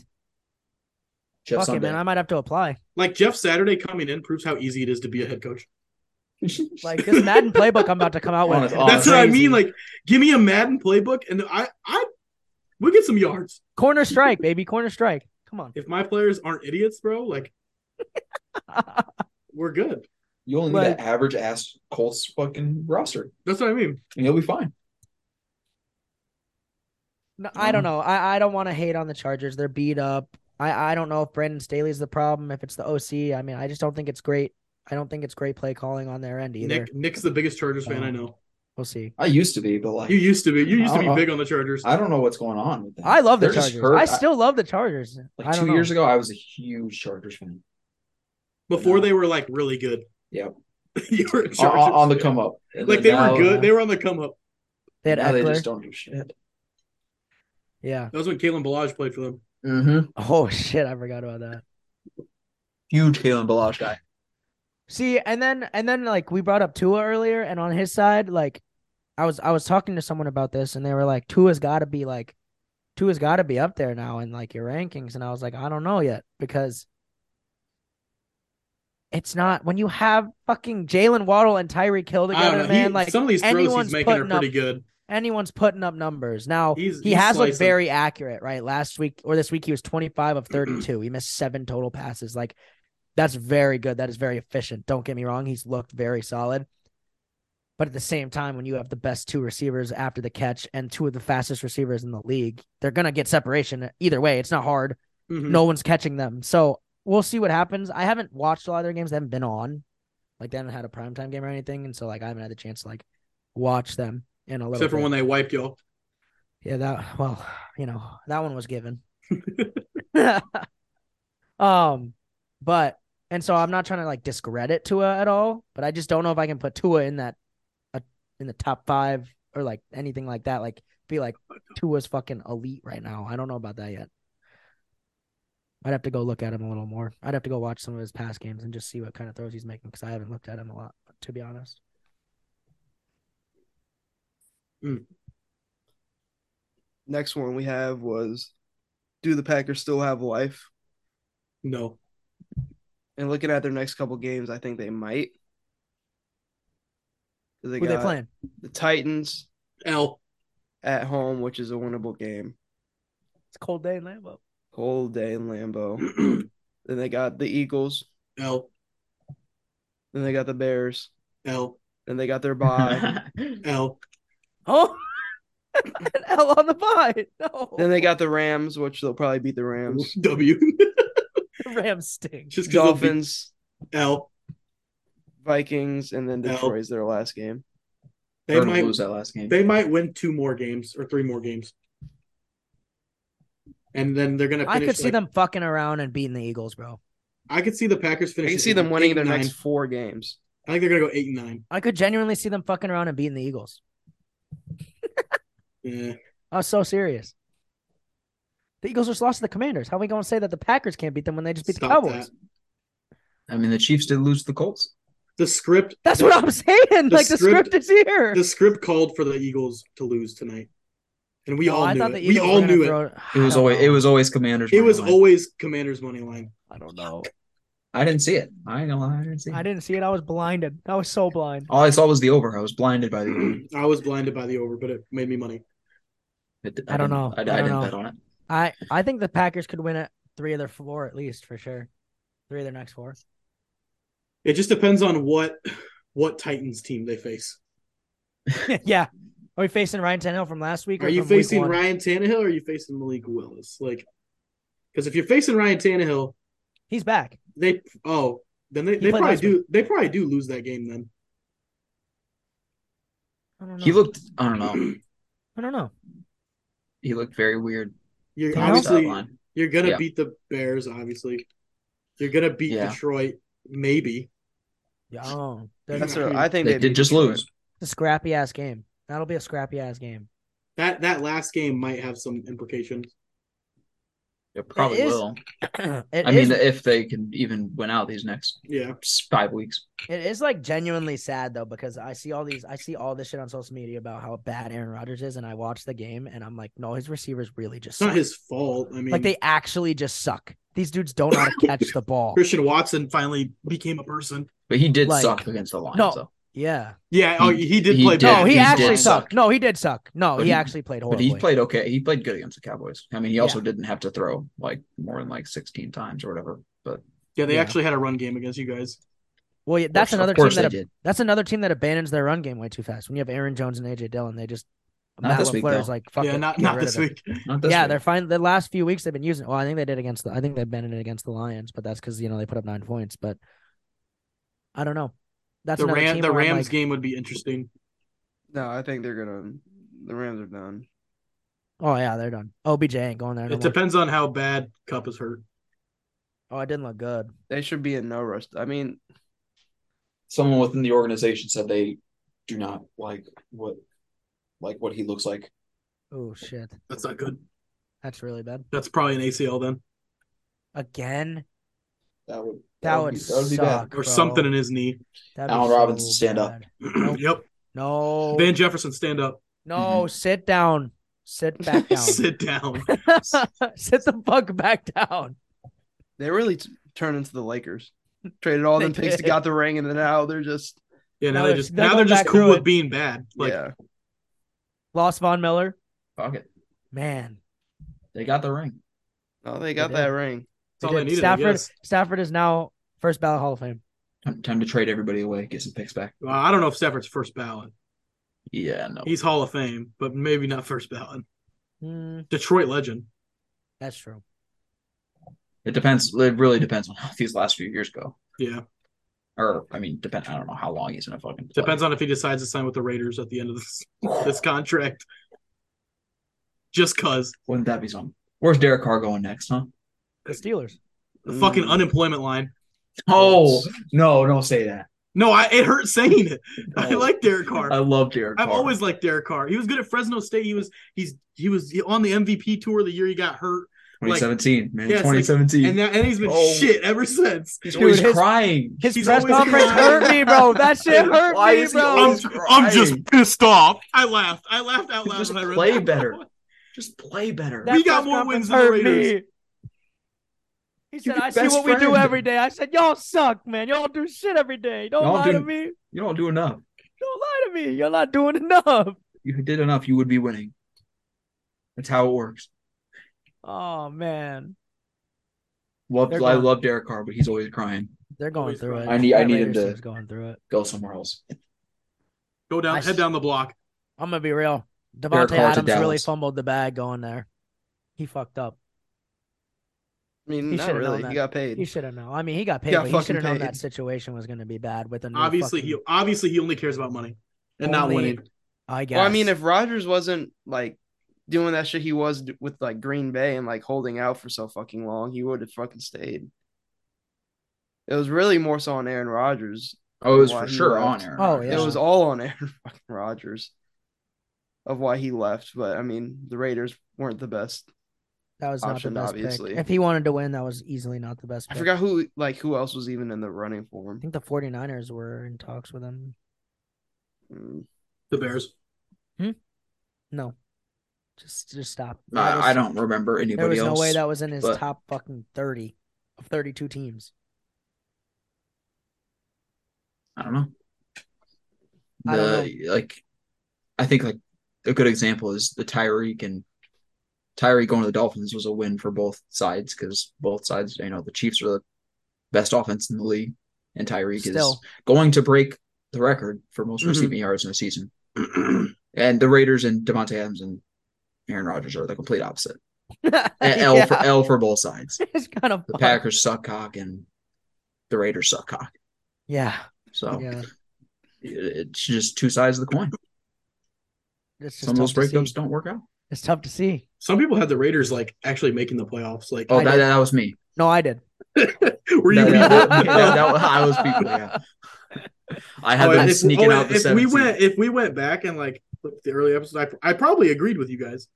Jeff Fuck it, Sunday. man. I might have to [laughs] apply. Like Jeff Saturday coming in proves how easy it is to be a head coach. Like this Madden playbook I'm about to come out with. Honest- is honest. That's what I crazy. mean. Like, give me a Madden playbook, and I, I, we will get some yards. corner strike, baby. Corner strike. Come on. If my players aren't idiots, bro, like [laughs] we're good. You only need Like- that average ass Colts fucking roster, That's what I mean. and you'll be fine. No, I don't know. I, I don't want to hate on the Chargers. They're beat up. I, I don't know if Brandon Staley's the problem, if it's the OC. I mean, I just don't think it's great. I don't think it's great play calling on their end either. Nick Nick's the biggest Chargers fan I know. We'll see. I used to be, but like You used to be. You used to be Uh-uh. big on the Chargers. I don't know what's going on with them. I love the They're just Chargers. hurt. I still love the Chargers. I like don't two know. years ago, I was a huge Chargers fan. Before No. they were like really good. [laughs] Yep, you were a on, Chargers on- on the fan. come up. And Like then they now- were good. They were on the come up. they had now they Eckler. just don't do shit. Yeah. [laughs] That was when Kalen Balaj played for them. Mm-hmm. Oh shit, I forgot about that. Huge Kalen Balaj guy. See, and then and then like we brought up Tua earlier, and on his side, like I was I was talking to someone about this, and they were like, Tua's got to be like, Tua's got to be up there now in like your rankings, and I was like, I don't know yet because it's not when you have fucking Jalen Waddle and Tyreek Hill I don't together, know. man. He- like some of these throws anyone's he's making are putting up- pretty good. anyone's putting up numbers now. He's- he he's has looked slicing. very accurate, right? Last week or this week, he was twenty five of thirty two. he missed seven total passes. Like that's very good. That is very efficient. Don't get me wrong. He's looked very solid. But at the same time, when you have the best two receivers after the catch and two of the fastest receivers in the league, they're gonna get separation either way. It's not hard. Mhm. No one's catching them. So we'll see what happens. I haven't watched a lot of their games. They haven't been on. Like they haven't had a primetime game or anything. And so like I haven't had the chance to like watch them in a little Except for bit. when they wiped y'all. Yeah, that well, you know, that one was given. [laughs] um, but and so I'm not trying to like discredit Tua at all, but I just don't know if I can put Tua in that uh, in the top 5 or like anything like that like be like Tua's fucking elite right now. I don't know about that yet. I'd have to go look at him a little more. I'd have to go watch some of his past games and just see what kind of throws he's making because I haven't looked at him a lot, to be honest. Next one we have was Do the Packers still have life? No. And looking at their next couple games, I think they might. 'Cause They Who got they playing? the Titans L. at home, which is a winnable game. It's a cold day in Lambeau. Cold day in Lambeau. [clears throat] then they got the Eagles. L. Then they got the Bears. L. Then they got their bye. [laughs] L. [laughs] Oh, an L on the bye. No, then they got the Rams, which they'll probably beat the [laughs] Rams. W. the Rams sting. Just 'cause they'll be- Dolphins, L. Vikings, and then No. Detroit's their last game. They They're might gonna lose that last game. they might win two more games or three more games. And then they're gonna I finish could see like- them fucking around and beating the Eagles, bro. I could see the Packers I finishing. can see eight- them winning eight, their nine. next four games. I think they're gonna go eight and nine. I could genuinely see them fucking around and beating the Eagles. Yeah. I was so serious. The Eagles just lost to the Commanders. How are we going to say that the Packers can't beat them when they just beat the Stop Cowboys? that. I mean, the Chiefs did lose to the Colts. The script That's the- what I'm the saying. like the script- script is here. the script called for the Eagles to lose tonight. And we Oh, all I knew thought it. the We Eagles were all gonna knew it. throw- It [laughs] was I don't always know. it was always Commanders. It was money line. always Commanders money line. [clears throat] I don't know. I didn't see it. I ain't gonna lie, I didn't see it. I didn't see it. I was blinded. I was so blind. All I saw was the over. I was blinded by the over. [clears throat] I was blinded by the over, but it made me money. It- I don't didn't- know. I, I don't didn't know. bet on it. I I think the Packers could win at three of their four at least for sure. Three of their next four. It just depends on what what Titans team they face. [laughs] yeah. Are we facing Ryan Tannehill from last week? Or Are you from week facing one? Ryan Tannehill or are you facing Malik Willis? Like, because if you're facing Ryan Tannehill, He's back. they oh then they, He they played probably last do they probably do lose that game then. I don't know. He looked. I don't know. I don't know. He looked very weird. You're Tannehill? obviously Sideline. you're gonna Yeah. beat the Bears. Obviously, you're gonna beat Yeah. Detroit. Maybe Yeah, I don't know. They're That's gonna- what I think They they did beat just Detroit. lose. it's a scrappy ass game. That'll be a scrappy ass game. [clears throat] that that last game might have some implications. It probably is- will. It I mean, is- if they can even win out these next Yeah, five weeks. It is like genuinely sad though because I see all these I see all this shit on social media about how bad Aaron Rodgers is and I watch the game and I'm like no his receivers really just it's not suck. his fault. I mean, like they actually just suck. These dudes don't know how to catch the ball. Christian Watson finally became a person. But he did Like- suck against the Lions. No. though. Yeah. Yeah, oh, he did he play. did. bad. no, he, he actually did sucked. suck. No, he did suck. No, But he, he- actually played But horribly. he played okay. He played good against the Cowboys. I mean, he also Yeah. didn't have to throw like more than like 16 times or whatever. But Yeah, they Yeah. actually had a run game against you guys. Well, yeah, of that's course- another Of course team they that did. that's another team that abandons their run game way too fast. When you have Aaron Jones and AJ Dillon, they just Not Matt this week, LaFleur is though. like fuck yeah, it, not get not rid of this him. week. Not this yeah, week. they're fine. The last few weeks they've been using. Well, I think they did against. The, I think they abandoned it against the Lions, but that's because you know they put up nine points. But I don't know. That's the another Ram, team the where I'm Rams like, game would be interesting. No, I think they're gonna. The Rams are done. Oh yeah, they're done. OBJ ain't going there. No It more. depends on how bad Cup is hurt. Oh, it didn't look good. They should be in no rush. I mean, Someone within the organization said they do not like what like what he looks like. Oh shit, That's not good. that's really bad. That's probably an ACL then, Again, That would that, would, be- suck. or bro. something in his knee. [clears throat] That'd Allen Robinson, stand up. bad. yep. No, Van Jefferson, stand up. no, sit down. Sit [laughs] back down. Sit down. [laughs] sit the fuck back down. they really t- turned into the Lakers. Traded all them They picks, did. got the ring, and then now they're just Yeah, now No, they they're- just they're now they're going just back cool through it. with being bad. Like yeah. Lost Von Miller. Fuck it. Man, They got the ring. Oh, they got did. that ring. that's all They they did. needed. I Stafford. guess. Stafford is now first ballot Hall of Fame. Time, time to trade everybody away, get some picks back. Well, I don't know if Stafford's first ballot. Yeah, no. He's Hall of Fame, but maybe not first ballot. Hmm, Detroit legend. that's true. It depends. It really depends on how [laughs] these last few years go. Yeah, Or I mean, depend. I don't know how long he's gonna fucking. Play. depends on if he decides to sign with the Raiders at the end of this [laughs] this contract. Just cause Wouldn't that be something? Where's Derek Carr going next, huh? The Steelers. the fucking Mm. unemployment line. Oh no! Don't say that. No, I it hurt saying it. [laughs] I No. like Derek Carr. I love Derek. I've Carr. always liked Derek Carr. He was good at Fresno State. He was he's he was on the MVP tour the year he got hurt, 2017, man. Yeah, it's like- 2017. and that, and he's been Oh. shit ever [laughs] since. he's Dude, always his- crying. His He's press always [laughs] conference crying. hurt [laughs] me, bro. That shit Dude, hurt why me, is he bro. always crying? pissed off. I laughed. I laughed out loud [laughs] Just when I read play that. better. Just play better. That We got press more conference wins than the hurt Raiders. me. He said, your "I see best what we do friend. every day." I said, "Y'all suck, man. Y'all do shit every day. Don't Y'all lie to do- me. you don't do enough. Don't lie to me. You're not doing [laughs] enough." If you did enough, you would be winning. That's how it works. Oh man, Love, They're I gone. love Derek Carr, but he's always crying. they're going Always through it. crying. I need- I That need him Raiders to- team's going through it. Go somewhere else. Go down, I head s- down the block. I'm gonna be real. Derek Devontae Carr to Adams really Dallas. fumbled the bag going there. He fucked up. I mean, He not should've known really. He that. got paid. He should have known. I mean, he got paid, got but he fucking should have known paid. that situation was going to be bad with a new Obviously, he fucking- obviously he only cares about money and not Only- winning. I guess. Well, I mean, if Rodgers wasn't like doing that shit he was d- with like Green Bay and like holding out for so fucking long, he would have fucking stayed. It was really more so on Aaron Rodgers. Oh, it was Why for he sure left. on Aaron. Oh, Rodgers. yeah. It was all on [laughs] Aaron fucking Rodgers of why he left. But I mean, the Raiders weren't the best. that was not option, the best obviously. pick. If he wanted to win, that was easily not the best. I pick. forgot who like who else was even in the running for I him. think the 49ers were in talks with him. Mm. The Bears. No, just just stop. There was- I, I don't remember There anybody was else. no way that was in his but- top fucking thirty of thirty-two teams. [laughs] I don't know. I don't The- Like, I think like a good example is the Tyreek and Tyreek going to the Dolphins was a win for both sides because both sides, you know, the Chiefs are the best offense in the league, and Tyreek is Still, Mm-hmm. going to break the record for most Mhm. receiving yards in a season. [clears throat] and the Raiders and Devontae Adams and Aaron Rodgers are the complete opposite. A- L for [laughs] Yeah. L for both sides. it's kind of [laughs] The fun. Packers suck cock and the Raiders suck cock. Yeah, So yeah. it- it's just two sides of the coin. It's just Some of those tough to breakups see. don't work out. It's tough to see. Some people had the Raiders like actually making the playoffs. Like, Oh, I that, did. that was me. No, I did. [laughs] were you? That, that- people? [laughs] that- that- that was- I was people. Yeah, I had Oh, them if- oh, sneaking out the if we seventh seed. went if we went back and like looked at the early episode, I, I probably agreed with you guys.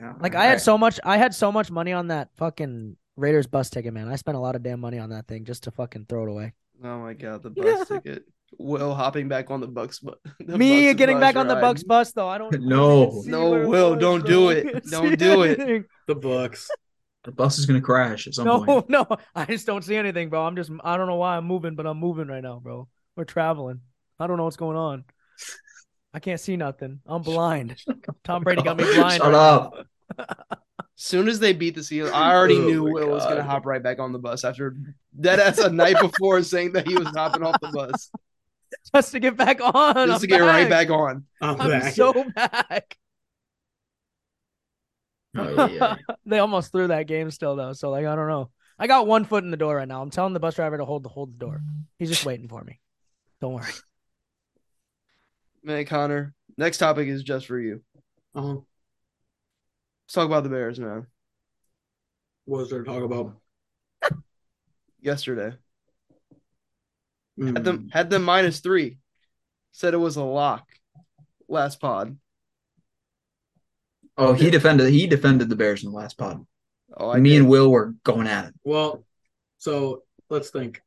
Yeah, Like I had so much. I had so much money on that fucking Raiders bus ticket, man. I spent a lot of damn money on that thing just to fucking throw it away. Oh my god, [laughs] the bus ticket. Will hopping back on the Bucks. bu- [laughs] the Me Bucks getting bus back on the ride. Bucks bus though. I [laughs] don't. I didn't No. see No, where it Will, was, don't bro. do I it. [laughs] couldn't Don't see do it. anything. The [laughs] Bucks. the bus is gonna crash at some No, [laughs] point. no, I just don't see anything, bro. I'm just I don't know why I'm moving, but I'm moving right now, bro. We're traveling. I don't know what's going on. I can't see nothing. I'm [laughs] blind. Tom Brady got me blind. Shut right up. now. Soon as they beat the Steelers, I already Oh knew my Will was gonna God. hop right back on the bus after that. That's a night before saying that he was hopping off the bus [laughs] Just to get back on. I'm just to get right back on. I'm, I'm back. so back. Oh, yeah. They almost threw that game still though, so like I don't know. I got one foot in the door right now. I'm telling the bus driver to hold the hold the door. He's just waiting for me. Don't worry. Man, Connor. Next topic is just for you. uh Let's talk about the Bears, man. What was there to talk about? Yesterday had Mm. Hmm. them had them minus three. Said it was a lock. Last pod. Oh, he defended he defended the Bears in the last pod. Oh, I Me did. and Will were going at it. Well, so let's think.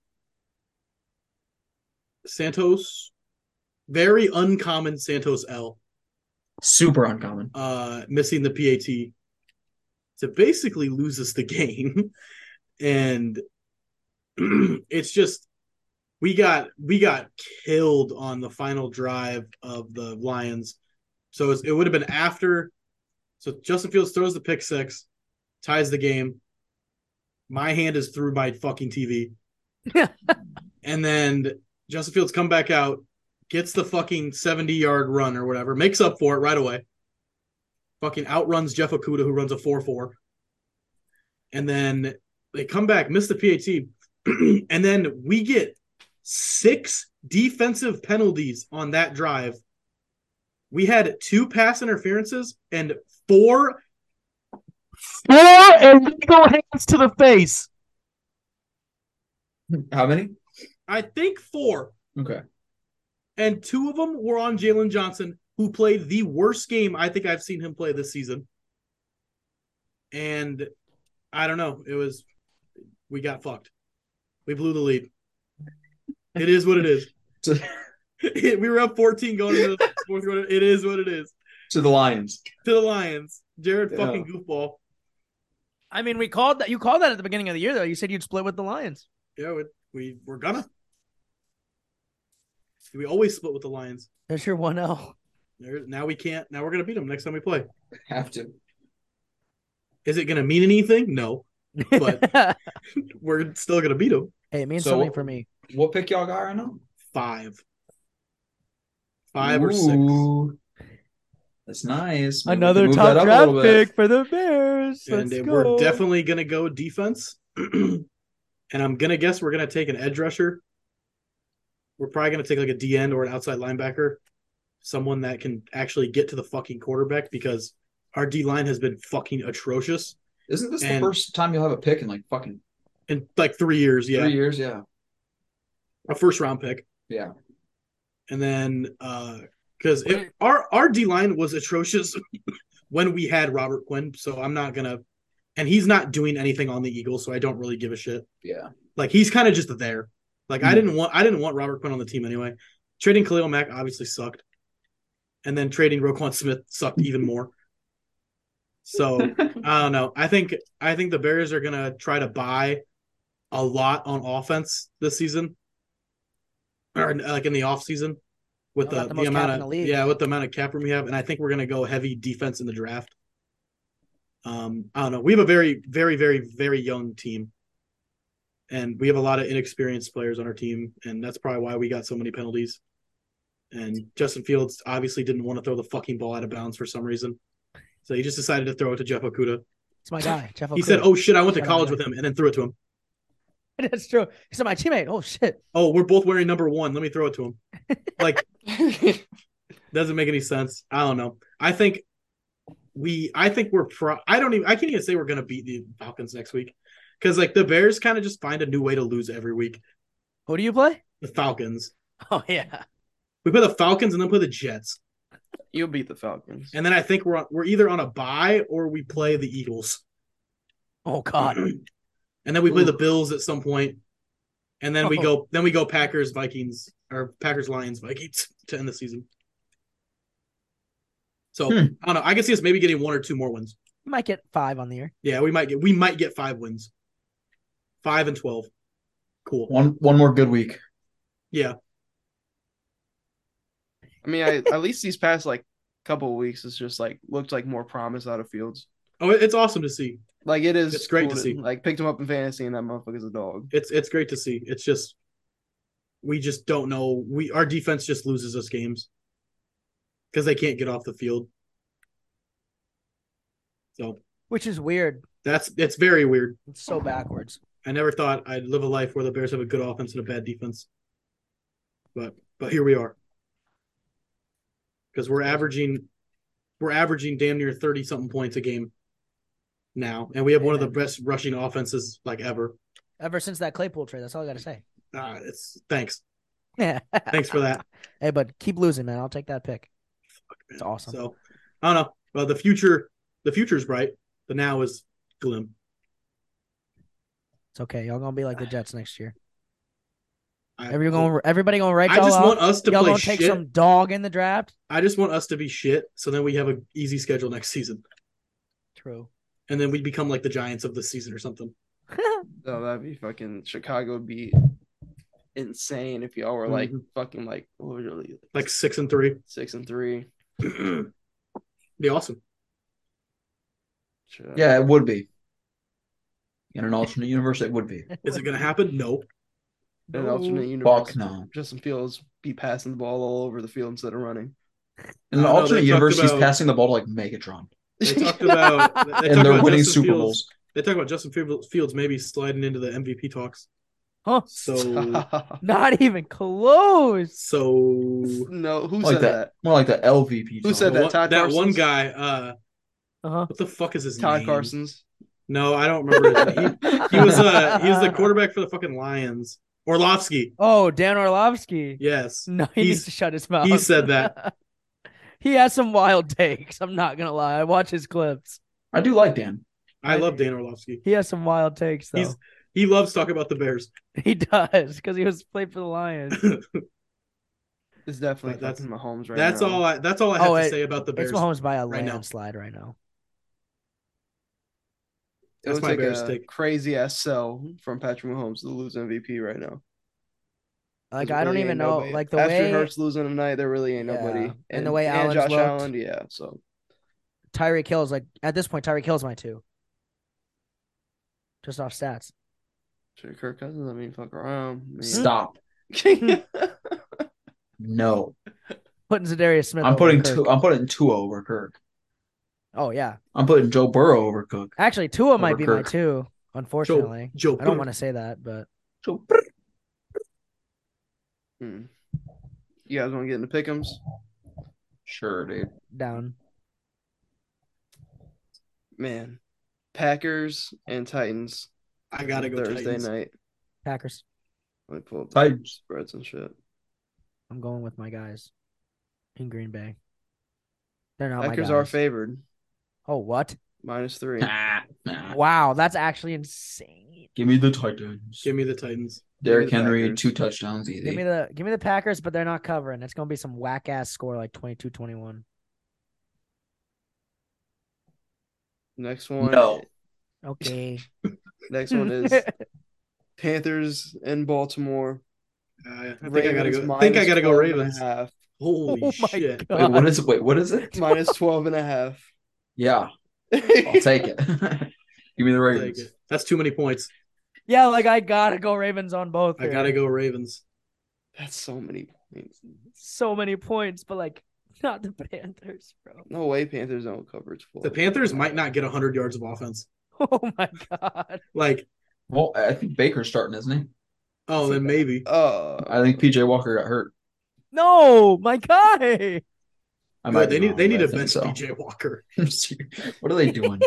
Santos, very uncommon Santos L, Super uncommon. uh, missing the PAT to basically lose us the game. [laughs] and [clears throat] it's just we got we got killed on the final drive of the Lions. So it's- it would have been after. So Justin Fields throws the pick six, ties the game. My hand is through my fucking TV. and then Justin Fields come back out, gets the fucking 70 yard run or whatever, makes up for it right away. Fucking outruns Jeff Okuda, who runs a 4 4. And then they come back, miss the PAT. [clears throat] and then we get six defensive penalties on that drive. We had two pass interferences and four. Four illegal hands to the face. How many? I think four. Okay. and two of them were on Jalen Johnson, who played the worst game I think I've seen him play this season. And I don't know. It was we got fucked. We blew the lead. It is what it is. [laughs] To, [laughs] we were up 14 going into the fourth quarter. It is what it is. to the Lions. To the Lions, Jared fucking Yeah. goofball. I mean, we called that. You called that at the beginning of the year, though. You said you'd split with the Lions. Yeah, we, we were gonna. We always split with the Lions. There's your one oh. L. There- Now we can't. Now we're gonna beat them next time we play. Have to. Is it gonna mean anything? No. But- We're still gonna beat them. [laughs] hey, it means So- something for me. What pick y'all got right now? five. Five or six. Ooh. That's nice. Maybe we Another can move that top up a draft little bit. pick for the Bears. And Let's uh, go. we're definitely going to go defense. [clears throat] and I'm going to guess we're going to take an edge rusher. We're probably going to take like a D end or an outside linebacker, someone that can actually get to the fucking quarterback because our D line has been fucking atrocious Isn't this And- the first time you'll have a pick in like fucking in like three years. Yeah. three years? Yeah. a first round pick. Yeah. And then because our our D line was atrocious [laughs] when we had Robert Quinn, so I'm not gonna and he's not doing anything on the Eagles, so I don't really give a shit. Yeah. Like he's kind of just there. Like I Mhm. didn't want I didn't want Robert Quinn on the team anyway. Trading Khalil Mack obviously sucked. And then trading Roquan Smith sucked even more. So I don't know. I think I think the Bears are gonna try to buy a lot on offense this season, or like in the off season, with Y'all the, got the the, most cap amount in the of league. yeah, with the amount of cap room we have, and I think we're gonna go heavy defense in the draft. Um, I don't know. We have a very, very, very, very young team, and we have a lot of inexperienced players on our team, and that's probably why we got so many penalties. And Justin Fields obviously didn't want to throw the fucking ball out of bounds for some reason, so he just decided to throw it to Jeff Okuda. it's my guy, Jeff. He said, Okuda. "Oh shit, I went to Shut up, college Jeff. with him," and then threw it to him. "Oh, [laughs] that's true." He said, "My teammate." Oh shit. Oh, we're both wearing number one. Let me throw it to him. Like, doesn't make any sense. I don't know. I think we. I think we're pro. I don't even. I can't even say we're gonna beat the Falcons next week because like the Bears kind of just find a new way to lose every week. Who do you play? The Falcons. [laughs] Oh yeah. We play the Falcons and then play the Jets, You'll beat the Falcons. and then I think we're on, we're either on a bye or we play the Eagles, Oh god. [clears throat] and then we play Ooh. the Bills at some point, and then we Oh. go then we go Packers Vikings or Packers Lions Vikings [laughs] to end the season. So Hmm. I don't know. I can see us maybe getting one or two more wins. You might get five on the year. Yeah, we might get we might get five wins, five and twelve. Cool. One one more good week. Yeah. I mean, I, at least these past like couple of weeks, it's just like looked like more promise out of Fields. Oh, it- it's awesome to see. Like it is. It's great to see. Like picked him up in fantasy, and that motherfucker's a dog. It's it's great to see. It's just we just don't know. We our defense just loses us games because they can't get off the field. So which is weird. that's it's very weird. It's so backwards. I never thought I'd live a life where the Bears have a good offense and a bad defense. But but here we are. Because we're averaging we're averaging damn near 30 something points a game now. And we have one of the best rushing offenses like ever. Ever since that Claypool trade, that's all I got to say. [laughs] Uh, it's thanks. Yeah. Thanks for that. Hey, but keep losing, man. I'll take that pick. It's awesome. So I don't know. Well the future the future's bright. The now is glim. It's okay. Y'all gonna be like the Jets next year. I, Everybody going. Everybody going right. I just want us to y'all play gonna take shit. some dog in the draft. I just want us to be shit so then we have an easy schedule next season. True. And then we become like the Giants of the season or something. No, that'd be fucking Chicago. Would be insane if y'all were like Mhm. fucking like literally Like six [clears throat] and three. six and three. be awesome. Shit. Yeah, it would be. In an alternate universe, it would be. [laughs] Is it going to happen? No. an alternate universe. Fuck no. Justin Fields be passing the ball all over the field instead of running. In No, an they alternate talked universe, he's about- passing the ball to like Megatron, [laughs] They talked about they talked and they're about winning Justin Super Fields- Bowls. They talk about Justin Field- Fields maybe sliding into the MVP talks. Huh. So [laughs] Not even close. so [laughs] no, who Like said that? More like the LVP. Who talk. said that? What- Todd that one Carson's? guy. Uh, Uh huh. what the fuck is his Todd name? Carson's. No, I don't remember. His name. He, he was uh he was [laughs] [laughs] the quarterback for the fucking Lions. Orlovsky. Oh, Dan Orlovsky. Yes. [laughs] No, he He's- needs to shut his mouth. he said that. [laughs] he has some wild takes. I'm not gonna lie. I watch his clips. I do like Dan. I love Dan Orlovsky. He has some wild takes though. He's- He loves talking about the Bears. [laughs] He does because he was played for [laughs] the Lions. It's definitely That's- that's Mahomes right that's now. all I that's all I have Oh, to it- say about the Bears. It's Mahomes by a right now. landslide right now. It That's would my take Bears a take. crazy ass sell from Patrick Mahomes to lose MVP right now. Like There's I don't really even ain't know. nobody. Like the after way Hurts losing tonight, there really ain't nobody. Yeah. And the way Allen's Josh looked. Allen, yeah. So Tyreek Hill's like at this point, Tyreek Hill's my two. Just off stats. Sure, Kirk Cousins, I mean, fuck around. Hmm? man. [laughs] Stop. [laughs] No, Putting Zadarius Smith. I'm over putting Kirk. two. I'm putting two over Kirk. Oh yeah, I'm putting Joe Burrow over Cook. actually, Tua might Over be Kirk. my two. Unfortunately, Joe [clears throat] I don't want to say that, but Joe Hmm. You guys want to get into pickems? Sure, dude. down. Man, Packers and Titans. I gotta go Thursday Titans. night. Packers. Let me pull up the Titans. spreads and shit. I'm going with my guys in Green Bay. They're Oh not Packers my are guys. favored. oh what? Minus three. Nah, nah. Wow, that's actually insane. Give me the Titans. Give me the Titans. Derrick Give me the Henry, Packers. two touchdowns easy. Give me the give me the Packers, but they're not covering. It's gonna be some whack ass score like 22-21. Next one. No. Okay. Next one [laughs] is Panthers in Baltimore. Uh, I think I gotta Ravens go. I think I minus gotta go 12 and a Ravens. half. Holy [laughs] oh my shit! god. Wait, what is wait? What is it? Minus [laughs] 12 and a half. Yeah, I'll take it. [laughs] Give me the I'll take Ravens. it. That's too many points. Yeah, like I gotta go Ravens on both. I here. gotta go Ravens. [laughs] That's so many points. so many points, but like not the [laughs] Panthers, bro. [laughs] No way Panthers don't cover 12. The Panthers might not get 100 yards of offense. Oh my god. Like, Well, I think Baker's starting, isn't he? oh, then maybe. Uh, I think PJ Walker got hurt. No, my guy. I Good, might they be need wrong, they but need I to think bench so. [laughs] PJ Walker. what are [laughs] they doing?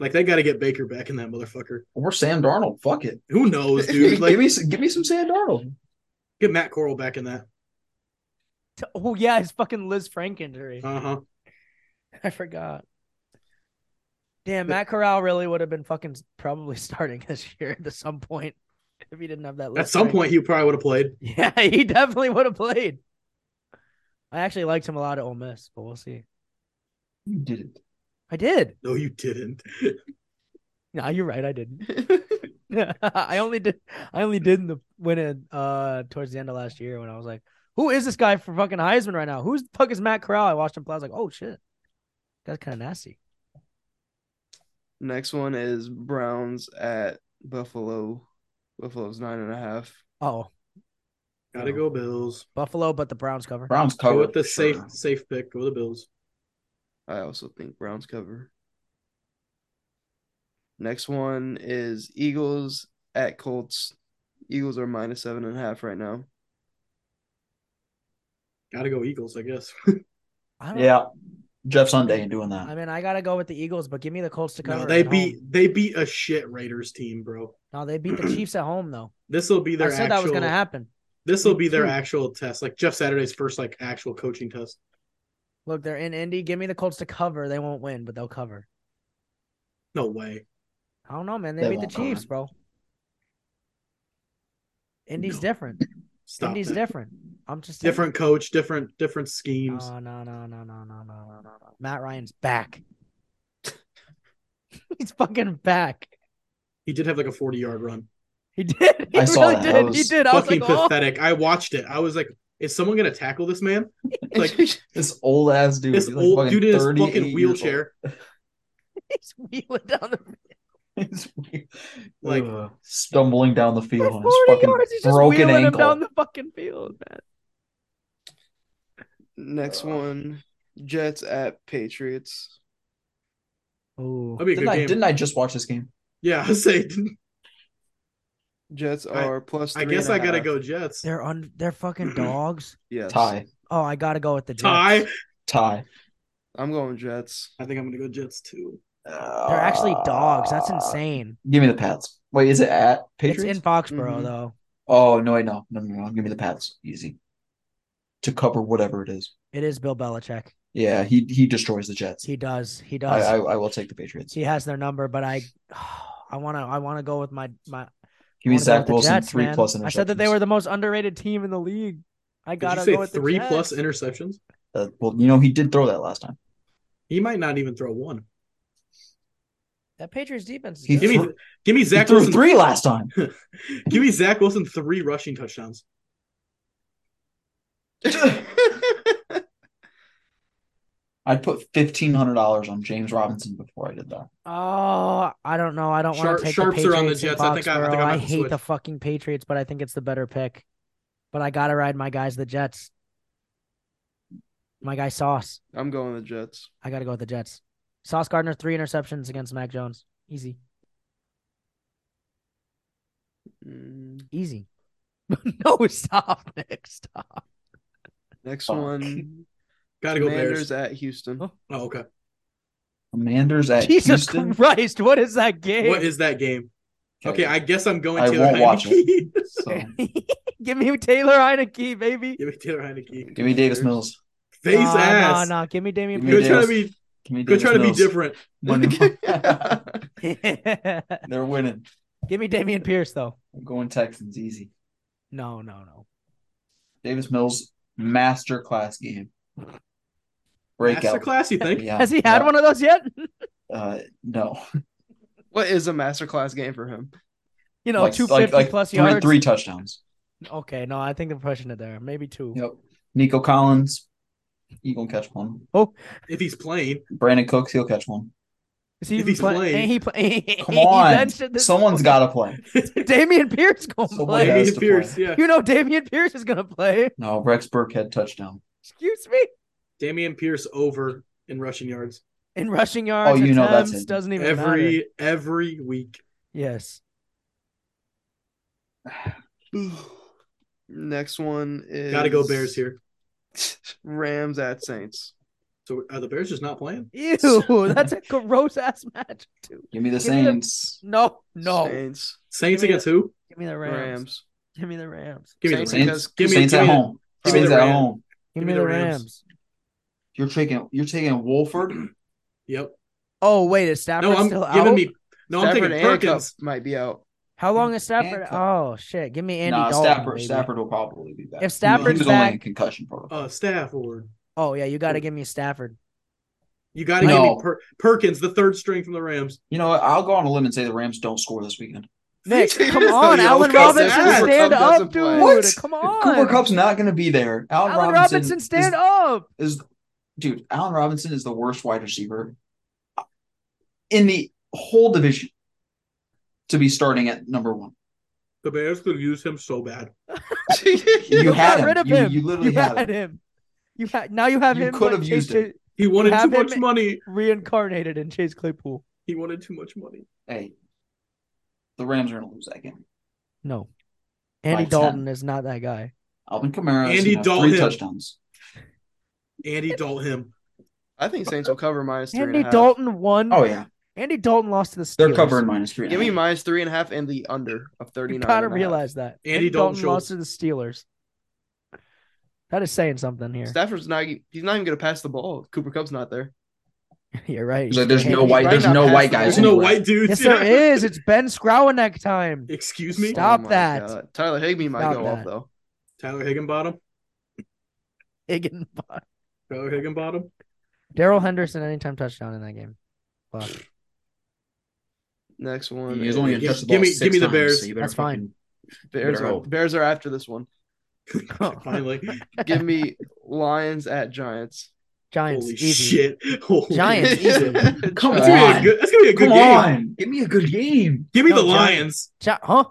Like, they got to get Baker back in that motherfucker. Or Sam Darnold? Fuck it. Who [laughs] knows, dude? give, Like, give me some- give me some Sam Darnold. get Matt Corral back in that. T- Oh yeah, his fucking Liz Frank injury. Uh huh. I forgot. Damn, Matt Corral really would have been fucking s- probably [laughs] starting this year at some point if he didn't have that. Liz At some Frank. point, he probably would have played. [laughs] yeah, he definitely would have played. I actually liked him a lot at Ole Miss, but we'll see. You did it. I did. No, you didn't. No, you're right. [laughs] I didn't. [laughs] I only did. I only did in the when it uh towards the end of last year when I was like, Who is this guy for fucking Heisman right now? Who's the fuck is Matt Corral? I watched him play. I was like, oh shit, that's kind of nasty. Next one is Browns at Buffalo. Buffalo's nine and a half. Oh, Gotta go Bills. Buffalo, but the Browns cover. Browns cover. Go with the for sure. safe safe pick. Go with the Bills. I also think Browns cover. Next one is Eagles at Colts. Eagles are minus seven and a half right now. Gotta go Eagles, I guess. I don't Yeah. Jeff Sunday ain't doing I that. mean, I gotta go with the Eagles, but give me the Colts to cover. no, they at home. beat they beat a shit Raiders team, bro. No, they beat [clears throat] the Chiefs at home though. This will be I their said that was actual gonna happen. Hmm. this will be their actual test. Like Jeff Saturday's first like actual coaching test. Look, they're in Indy. Give me the Colts to cover. They won't win, but they'll cover. No way. I don't know, man. They, They beat the won't cover. Chiefs, bro. Indy's No. different. Stop. Indy's that. different. I'm just saying. Different coach, different different schemes. No, no, no, no, no, no, no, no, no. no. Matt [laughs] Ryan's back. He's fucking back. he did have like a 40 yard run. He did. He I really saw that. did. I he was did. I was Fucking like, oh, pathetic. I watched it. I was like, is someone gonna tackle this man? Like This old ass dude. this he's like old fucking dude in his 38 fucking years wheelchair. [laughs] he's wheeling down the old. [laughs] It's weird. Like- Ugh. stumbling down the For field on his 40 fucking yards. He's just broken wheeling him ankle. down the fucking field, man. Next Ugh. one, Jets at Patriots. Oh, That'd be a didn't, good I, game. didn't I just watch this game? Yeah, [laughs] I say. Jets I- are plus I three guess and a I gotta half. go Jets. they're un- [clears throat] they're fucking dogs. Yes. Tie. Oh, I gotta go with the Jets. Tie. Tie. I'm going [laughs] Jets. I think I'm gonna go Jets too. They're actually Ah. dogs. That's insane. Uh, Give me the Pats. Wait, is it at Patriots? It's in Foxborough Mm-hmm. Mhm. though. Oh no, wait, no, no, no, no. Give me the Pats. Easy. To cover whatever it is. It is Bill Belichick. Yeah, he he destroys the Jets. He does. He I, does. I I will take the Patriots. he has their number, but I, [sighs] I wanna, I wanna go with my my. Give wanna go me with Zach the Wilson Jets, three man. plus interceptions. I said that they were the most underrated team in the league. I Did gotta you say go with the three Jets. plus interceptions? Uh, well, you know he did throw that last time. He might not even throw one. That Patriots defense. Is He good. Give me, threw- give me He Zach threw Wilson. three last time. [laughs] Give me Zach Wilson three rushing touchdowns. I'd put fifteen hundred dollars on James Robinson before I did that. Oh, I don't know. I don't want Sharp- to take Sharps the are Patriots on the in Jets. I think I- I think Foxborough. I'm I gonna hate the switch. fucking Patriots, but I think it's the better pick. But I gotta ride my guys, the Jets. My guy Sauce. I'm going the Jets. I gotta go with the Jets. Sauce Gardner three interceptions against Mac Jones. Easy, Mm, easy. [laughs] no, stop, Nick. Stop. Next Fuck. one, Gotta go Commanders Bears. at Houston. Oh, Oh, okay. Commanders at Jesus Houston. Christ, what is that game? [laughs] What is that game? Okay, I guess I'm going I Taylor won't watch Heineke. So Give me Taylor Heineke, [laughs] baby. give me Taylor Heineke. give me Davis Commanders. Mills. Face Nah, nah, ass. nah, Give me Damian Give me Go try to Davis. be Give me go Davis try to be Mills. different. Winning. [laughs] [laughs] Pierce. They're winning. [laughs] Give me Damian Pierce though. I'm going Texans easy. No, no, no. Davis Mills masterclass game. Master Breakout. class, [laughs] you think? Yeah. Has he had yeah. one of those yet? Uh, no. What is a masterclass game for [sighs] him? You know, Like- two like- fifty like plus three, yards. Three touchdowns. Okay, no, I think they're pushing it there. Maybe two. Yep. Nico Collins, he gonna catch one. If he's playing, [laughs] Brandon Cooks, he'll catch one. Is he If even he's play- playing. Ain't he play- [laughs] Come he on, benched it this- [laughs] someone's got to play. [laughs] Damian Pierce gonna Someone play. has Damian to Pierce, play. yeah. [laughs] You know, Damian Pierce is gonna play. No, Rex Burkhead touchdown. Excuse me. Damian Pierce over in rushing yards In rushing yards, Oh, you know that's attempts, it. doesn't even every matter. every week. Yes. Next one is Gotta go Bears here. [laughs] Rams at Saints. So are the Bears just not playing? [laughs] Ew, that's a gross ass match too. Give me the Give me the- Saints. No, no. Saints. Saints Give me against who? Give me the Rams. Rams. Give me the Rams. Give me Saints the against- Rams. Saints, Give me- Saints give at me the- home. give me Saints the at Rams. home. Give me the Rams. You're taking. You're [clears throat] taking Wolford. Yep. Oh wait, is Stafford No, I'm still giving out? me. No, Stafford I'm thinking and Cup Perkins. might be [laughs] out. How long is Stafford? Cup. Oh shit! Give me Andy nah, Dalton. Stafford. baby. Stafford will probably be back. If Stafford's he was only in back- concussion protocol. Uh, Stafford. Oh yeah, you got to give me [laughs] Stafford. You got to No. give me per- Perkins, the third string from the Rams. You know what? I'll go on a limb and say the Rams don't score this weekend. Nick, He come is, though, on, yo. Allen Because Robinson, Cooper stand Kupp up, doesn't dude. play. What? Come on, Cooper Cup's not going to be there. Allen, Allen Robinson, Robinson, stand is, up. is dude. Allen Robinson is the worst wide receiver in the whole division to be starting at [laughs] number one. The Bears could use him so bad. You, had got him. rid of you, him. you literally you had, him. You had now you have You him. could like, have used Chase- him. He wanted Have too him much money. Reincarnated in Chase Claypool. He wanted too much money. Hey, the Rams are going to lose that game. No, Andy By 10. Dalton is not that guy. Alvin Kamara, Andy Andy Dalton, Dalton. three touchdowns. Andy Dalton him. I think Saints will cover minus three and a Andy half. Dalton won. Oh yeah, Andy Dalton lost to the Steelers. they're covering minus three. and a Give me half. minus three and a half and the under of 39. You gotta and a half. realize that. Andy Dalton, Dalton lost to the Steelers. That is saying something here. Stafford's not e, he's not even gonna pass the ball. if Cooper Cup's not there. [laughs] You're right. He's like, there's no Andy white, there's Dalton no has white to- guys. There's no anywhere. white dudes. Yes, you know? there is. It's Ben Skrowinek time. [laughs] Excuse me, Stop. Oh my that. God. Tyler Higby might Stop go that. off though. Tyler Higginbottom. Higginbottom. Tyler Higginbottom. Daryl Henderson anytime touchdown in that game. Fuck. [laughs] Next one. He was only is gonna touch the Give ball me- six give me the times, Bears. so you better That's fine. fucking- Bears are, Darryl. Bears are after this one. Oh. [laughs] Finally. Give me Lions at Giants. [laughs] Giants. Holy easy. shit. Holy Giants, [laughs] shit. easy. Come That's gonna be on. a good. That's gonna be a good Come game. on, give me a good game. Give me No, the Giants. Lions. Gi- huh?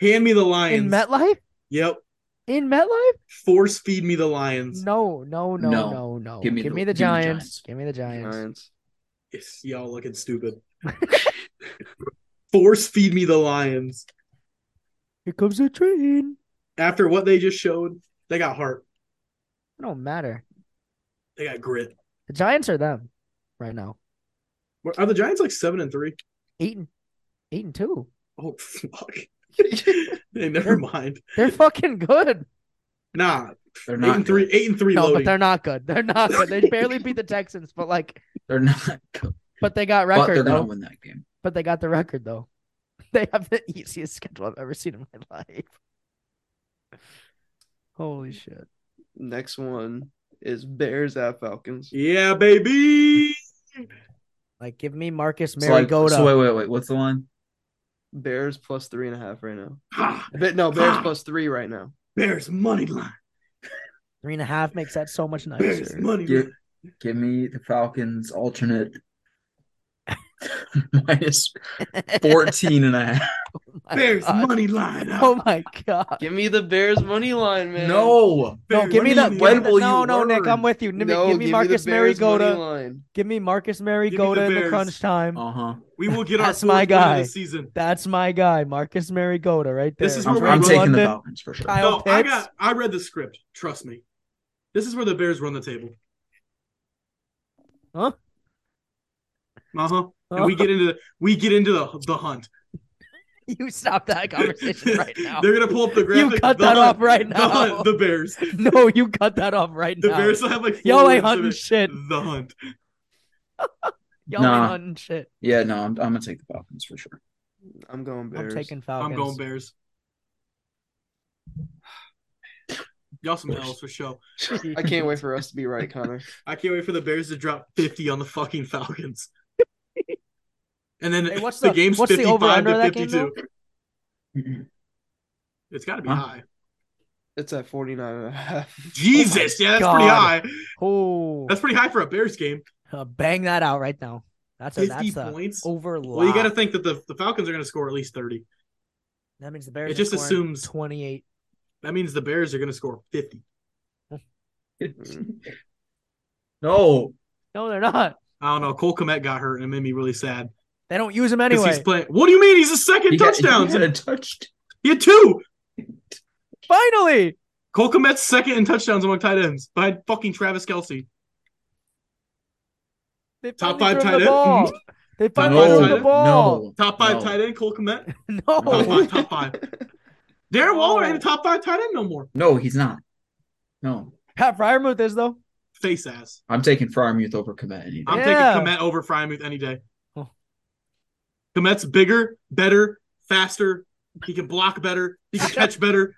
Hand me the Lions. In MetLife? yep. In MetLife? Force feed me the Lions. No, no, no, no, No. no. no. Give me the- the give me the Giants. Giants. Give me the Giants. Giants. Yes, y'all looking stupid. [laughs] Force feed me the Lions. Here comes the train. After what they just showed, they got heart. It don't matter. They got grit. The Giants are them right now. Are the Giants like seven and three? Eight and eight and two. Oh [laughs] [laughs] fuck. hey, never mind. They're fucking good. Nah, They're eight not. and three. Eight and three. No, loading. but they're not good. They're not good. They barely beat the Texans, but like, They're not. Good. but they got But record they're though. gonna win that game. But they got the record though. [laughs] They have the easiest schedule I've ever seen in my life. Holy shit! Next one is Bears at Falcons. Yeah, baby. Like, give me Marcus So, like, Mariota. so wait, wait, wait. What's the line? Bears plus three and a half right now. Ah, But no, Bears Ah. plus three right now. Bears money line. Three and a half makes that so much Bears [laughs] nicer. money Yeah. line. Give me the Falcons alternate [laughs] minus 14 and a half. Bears Oh God. money line. Ah, Uh, Oh my god! Give me the Bears money line, man. No. No, Bears give money me the. line. give me when the- will no, you no, Nick, learn? I'm with you. Give me, No, give me Marcus the Bears money Mariota. line. Give me Marcus the Mariota in the Bears. crunch time. Uh huh. We will get our That's my fourth win of guy. the season. That's my guy, Marcus Mariota, right there. This is I'm, where I'm we taking London, the Falcons for sure. Kyle No, I Pitts. got. I read the script. Trust me. This is where the Bears run the table. Huh? Uh huh. And we get into the, we get into the the hunt. [laughs] You stop that [laughs] [laughs] conversation right now. They're gonna pull up the graphic. You cut the that hunt, off right The now. hunt. The Bears. [laughs] No, you cut that off right The now. Bears have like four Y'all ain't words of hunting it. shit. The hunt. Y'all Nah. ain't hunting shit. Yeah, no, I'm, I'm gonna take the Falcons for [laughs] sure. I'm going Bears. I'm taking Falcons. I'm going Bears. Y'all some Of course. L's for show. I can't wait for us to be right, Connor. I can't wait for the Bears to drop 50 on the fucking Falcons. And then Hey, what's the, the- game's what's the 55 over-under of to that game, 52. Mhm. it's got to be Huh? high. It's at 49 and a [laughs] half. Jesus, yeah, that's pretty God. high. Oh, That's pretty high for a Bears game. uh, bang that out right now. That's a, 50 that's a points. over. Well, you got to think that the, the Falcons are going to score at least 30. That means the Bears. it are just scoring assumes- 28. That means the Bears are going to score 50. [laughs] no, No, they're not. I don't know. Cole Komet got hurt and it made me really sad. They don't use them 'Cause anyway. he's playing. What do you mean? He's a second He got- he touchdown. had a touchdown. He had two. Finally, Cole Komet's second in touchdowns among tight ends behind fucking Travis Kelsey. they Top finally five threw him tight the end. Mm. ball. They finally five No, threw tight him the end. ball. [laughs] no, Top five no. tight end, Cole Komet. [laughs] No, Top No. five, top [laughs] five. Darren Waller Oh. ain't a top five tight end no more. No, he's not. No, Pat Fryermuth is though. Face ass. I'm taking Fryermuth over Komet any day. I'm Yeah. taking Komet over Frymuth any day. Oh. Komet's bigger, better, faster. He can block better. He [laughs] can catch better.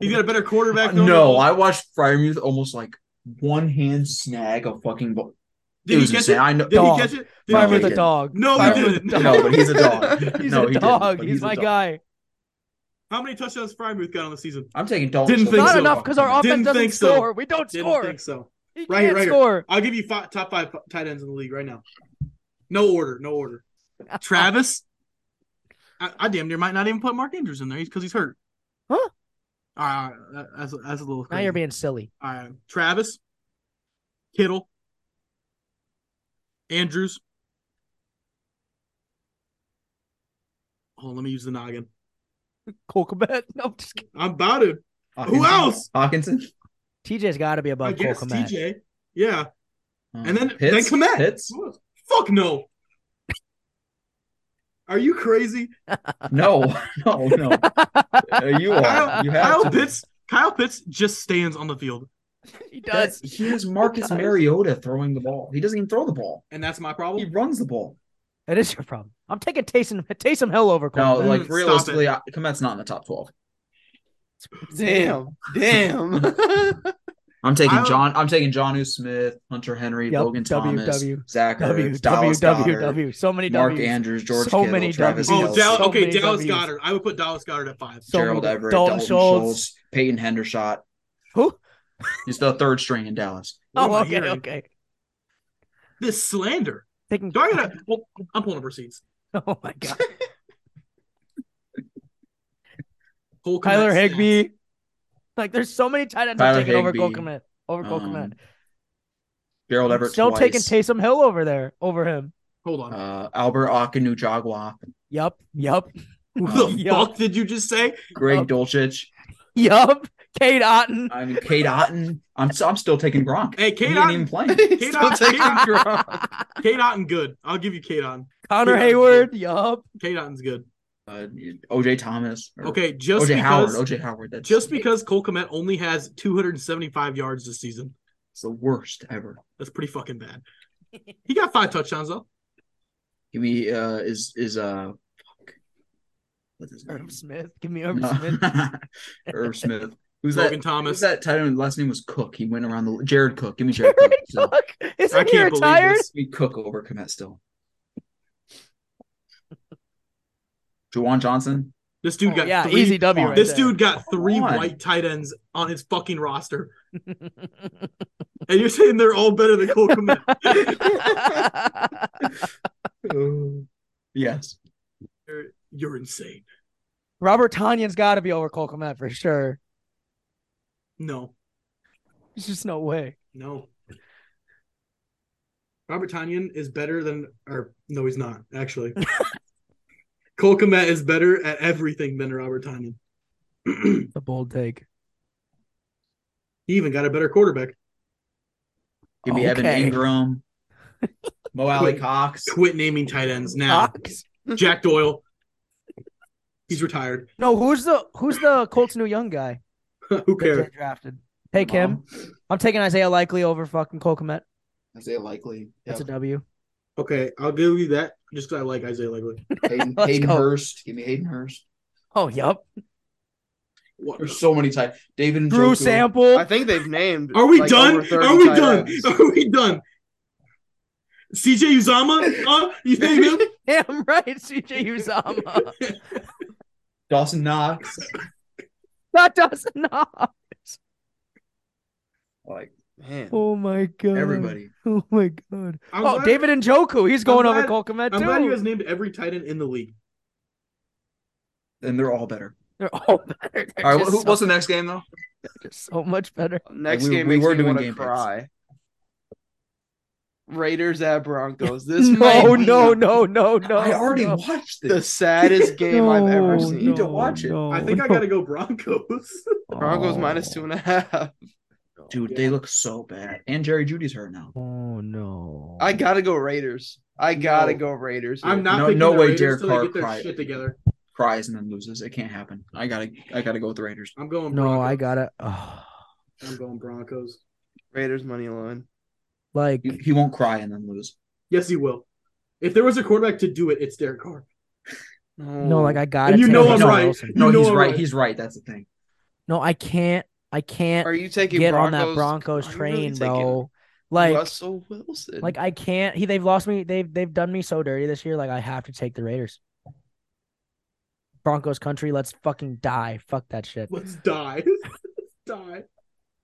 He's got a better quarterback. throwing the Uh, No, ball. I watched Fryermuth almost like one hand snag a fucking ball. It Did he was catch insane. it? I know. Did Dog. he catch it? Did Fight No, he with he a catch it? didn't. dog. No, Fight he with a didn't. dog. No, but he's a [laughs] dog. [laughs] He's No, a he didn't, dog. but He's, he's a my dog. guy. [laughs] How many touchdowns Frymuth got on the season? I'm taking Dalton. Didn't Schultz. think Not so. enough because our offense Didn't doesn't think so. score. We don't Didn't score. think so. He Right here, can't right here. score. I'll give you five, top five tight ends in the league right now. No order, no [laughs] order. Travis, I, I damn near might not even put Mark Andrews in there because he's hurt. Huh? All right, all right, that's that's a little. Now Crazy. you're being silly. All right, Travis, Kittle, Andrews. Hold on, let me use the noggin. Colcomet. [laughs] No, I'm just kidding. I'm about to. Hawkinson. Who else? [laughs] Hawkinson. TJ's got to be I above guess Colcomet. TJ. Yeah, Um, And then- then Pitts? Komet. Pitts? Fuck no. Are you crazy? No, [laughs] [laughs] no, no. Uh, you are. Kyle, You have Kyle to. Pitts. Kyle Pitts just stands on the field, he That- does. he has Marcus Mariota throwing the ball. He doesn't even throw the ball. and that's my He problem. runs the ball. That is your problem. I'm taking Taysom Taysom Hill over No, Colcomet. Mm, like stop realistically, I- Komet's not in the top twelve. Damn. Damn. I'm taking I- John. I'm taking John U. Smith, Hunter Henry, Yep, Logan W, Thomas, W, Zach W W Ertz, Dallas W Goedert, W. So many Mark W's. Andrews, George So Kittle, many Travis W's. Oh, Kelce, Dallas, So okay, many Dallas Ws. Goddard. I would put Dallas Goddard at five. So Gerald many- Everett, Dalton Dalton, Schultz. Schultz. Peyton Hendershot. Who? He's the third string in Dallas. What am [laughs] oh, I okay, hearing? okay. This slander. Taking, Do I gotta? Well, I'm pulling up receipts. [laughs] oh my [laughs] god. Cole Kyler Kmet's Higby. Like there's so many tight ends I'm Tyler taking over Higbee. Colcomet. Over Colcomet. Um, Gerald I'm Everett still twice. taking Taysom Hill over there, over him. Hold on. uh, Albert Akinu Jagua, Yup, yup, [laughs] Who [laughs] the yeah. fuck did you just say? Greg Yup. Dolchich. yup. Kate [laughs] Otten. I mean, Kate Otten. I'm s- I'm still taking Gronk. Hey, he Kate ain't even Otten. playing. He's still Kate- taking Gronk. Kate Otten, good. I'll give you Kate Otten. Connor Kate Otten's Hayward. Yup. Kate Otten's good. Uh, OJ Thomas. or Okay, just OJ Howard. because OJ Howard. That's just because Cole Kmet only has 275 yards this season, it's the worst ever. that's pretty fucking bad. He got five touchdowns though. He uh, is is uh. Fuck. What's his name? Irv Smith. Give me [laughs] [laughs] Irv No. Smith. [laughs] Irv Smith. Who's Logan that? Who's Thomas. that tight end? Last name was Cook. He went around the Jared Cook. Give me Jared [laughs] Cook. So, Fuck. I Isn't he can't believe retired? this. give me Cook over Komet still. [laughs] Jawan Johnson. This dude Oh, got yeah, three- easy W. come on. Right This there. dude got three on. white tight ends on his fucking roster, and you're saying they're all better than Cole Kmet. [laughs] [laughs] yes. You're- You're insane. Robert Tanyan's got to be over Cole Komet for sure. No, There's just no way. no. [laughs] Robert Tanyan is better than, or no, he's not actually. [laughs] Cole Kmet is better at everything than Robert Tanyan. he It's a bold take. even got a better quarterback. Give me Evan Okay. Ingram. [laughs] Mo Alley Wait. Cox. Quit naming tight ends now. Ox? Jack Doyle. He's retired. [laughs] No, who's the who's the Colts new young guy Who that cares? they drafted? Take him. I'm taking Isaiah Likely over fucking Cole Komet. Isaiah Likely. That's a W. Okay, I'll give you that just because I like Isaiah Likely. Hayden, [laughs] Let's Hayden go. Hurst. Give me Hayden Hurst. Oh, yep. What- There's so many tight. David Drew Njoku. [laughs] Sample. I think they've named. Are we like, done? over 30 Are we tight done? ends. Are we done? CJ Uzama? Huh? You name him? [laughs] [laughs] Damn right, CJ Uzama. Dawson Knox. that does not. Like Man. Oh my god. everybody. Oh my god. I'm oh, glad- David and Joku. He's going over glad- Cole Komet I'm too. glad you guys named every tight end in the league. And they're all better. They're all [laughs] better. They're All right. just wh- who- so, what's the next game though? just so much better. Next Like, we- game we makes were me doing want game to picks. cry. Raiders at Broncos. This [laughs] No, might be no, no, no, no. I already no. watched the this. [laughs] saddest game I've ever No, seen. You need to watch it. no, I think I no. Oh, got to go Broncos. Broncos minus two and a half. [laughs] Dude, they look so bad. And Jerry Judy's hurt now. Oh no! [laughs] I gotta go Raiders. I gotta No. go Raiders. I'm not No- picking no the way Raiders Derek till they Carr get their cried. shit together. Cries and then loses. It can't happen. I gotta I gotta go with the Raiders. I'm going no, Broncos. I got it. I'm going Broncos. Raiders money line. like He, he won't cry and then lose. Yes, he will. If there was a quarterback to do it, it's Derek Carr. no, like I got And it. you know I'm right. No, You know he's I'm right. right. He's right. That's the thing. No, I can't. I can't Are you taking get Broncos? on that Broncos Are you really train, taking- bro. Like Russell Wilson. like I can't. He they've lost me. They've they've done me so dirty this year. Like I have to take the Raiders. Broncos country, let's fucking die. Fuck that shit. Let's die. [laughs] Let's die.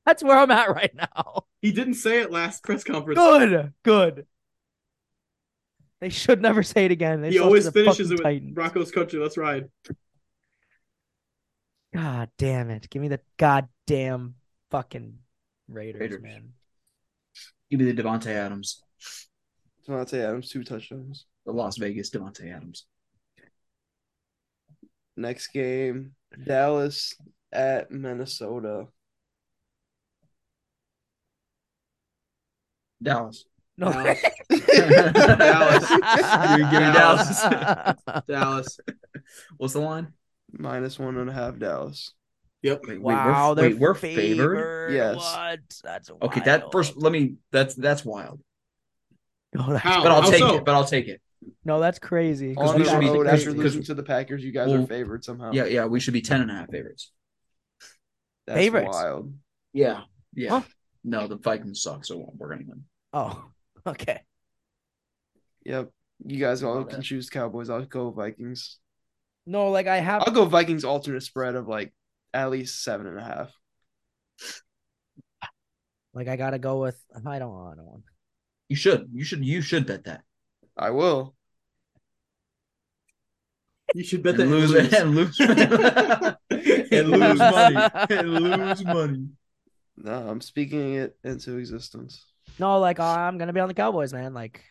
That's where I'm at right now. He didn't say it last press conference. Good, good. They should never say it again. They he always finishes it with Titan. Broncos country. Let's ride. God damn it! Give me the goddamn fucking Raiders, Raiders. man. Give me the Devontae Adams, Devontae Adams, two touchdowns. the Las Vegas Devontae Adams. Next game, Dallas at Minnesota. Dallas. No. Dallas. [laughs] Dallas. You're giving Dallas. [laughs] Dallas. [laughs] What's the line? Minus one and a half Dallas. Yep. Wait, Wow, wait, we're, they're wait, we're favored. Yes. What? That's Okay, that wild. [laughs] first. Let me. That's that's wild. No, that's, How? But I'll Oh, How take so? it. But I'll take it. no, that's crazy. Because On we the should be- road, because- after because- losing to the Packers, you guys Well, are favored somehow. Yeah, yeah. We should be ten and a half favorites. That's Favorites. wild. Yeah, yeah. Huh? No, the Vikings suck, so we're gonna win. Oh, [laughs] okay. Yep. You guys all Love can it. choose Cowboys. I'll go Vikings. No, like I have. I'll go Vikings alternate spread of like at least seven and a half. Like I gotta go with. I don't. I don't want. You should, you should, you should bet that. I will. You should bet and that lose lose. [laughs] and lose [laughs] and lose money and lose money. No, I'm speaking it into existence. No, like uh, I'm gonna be on the Cowboys, man. Like,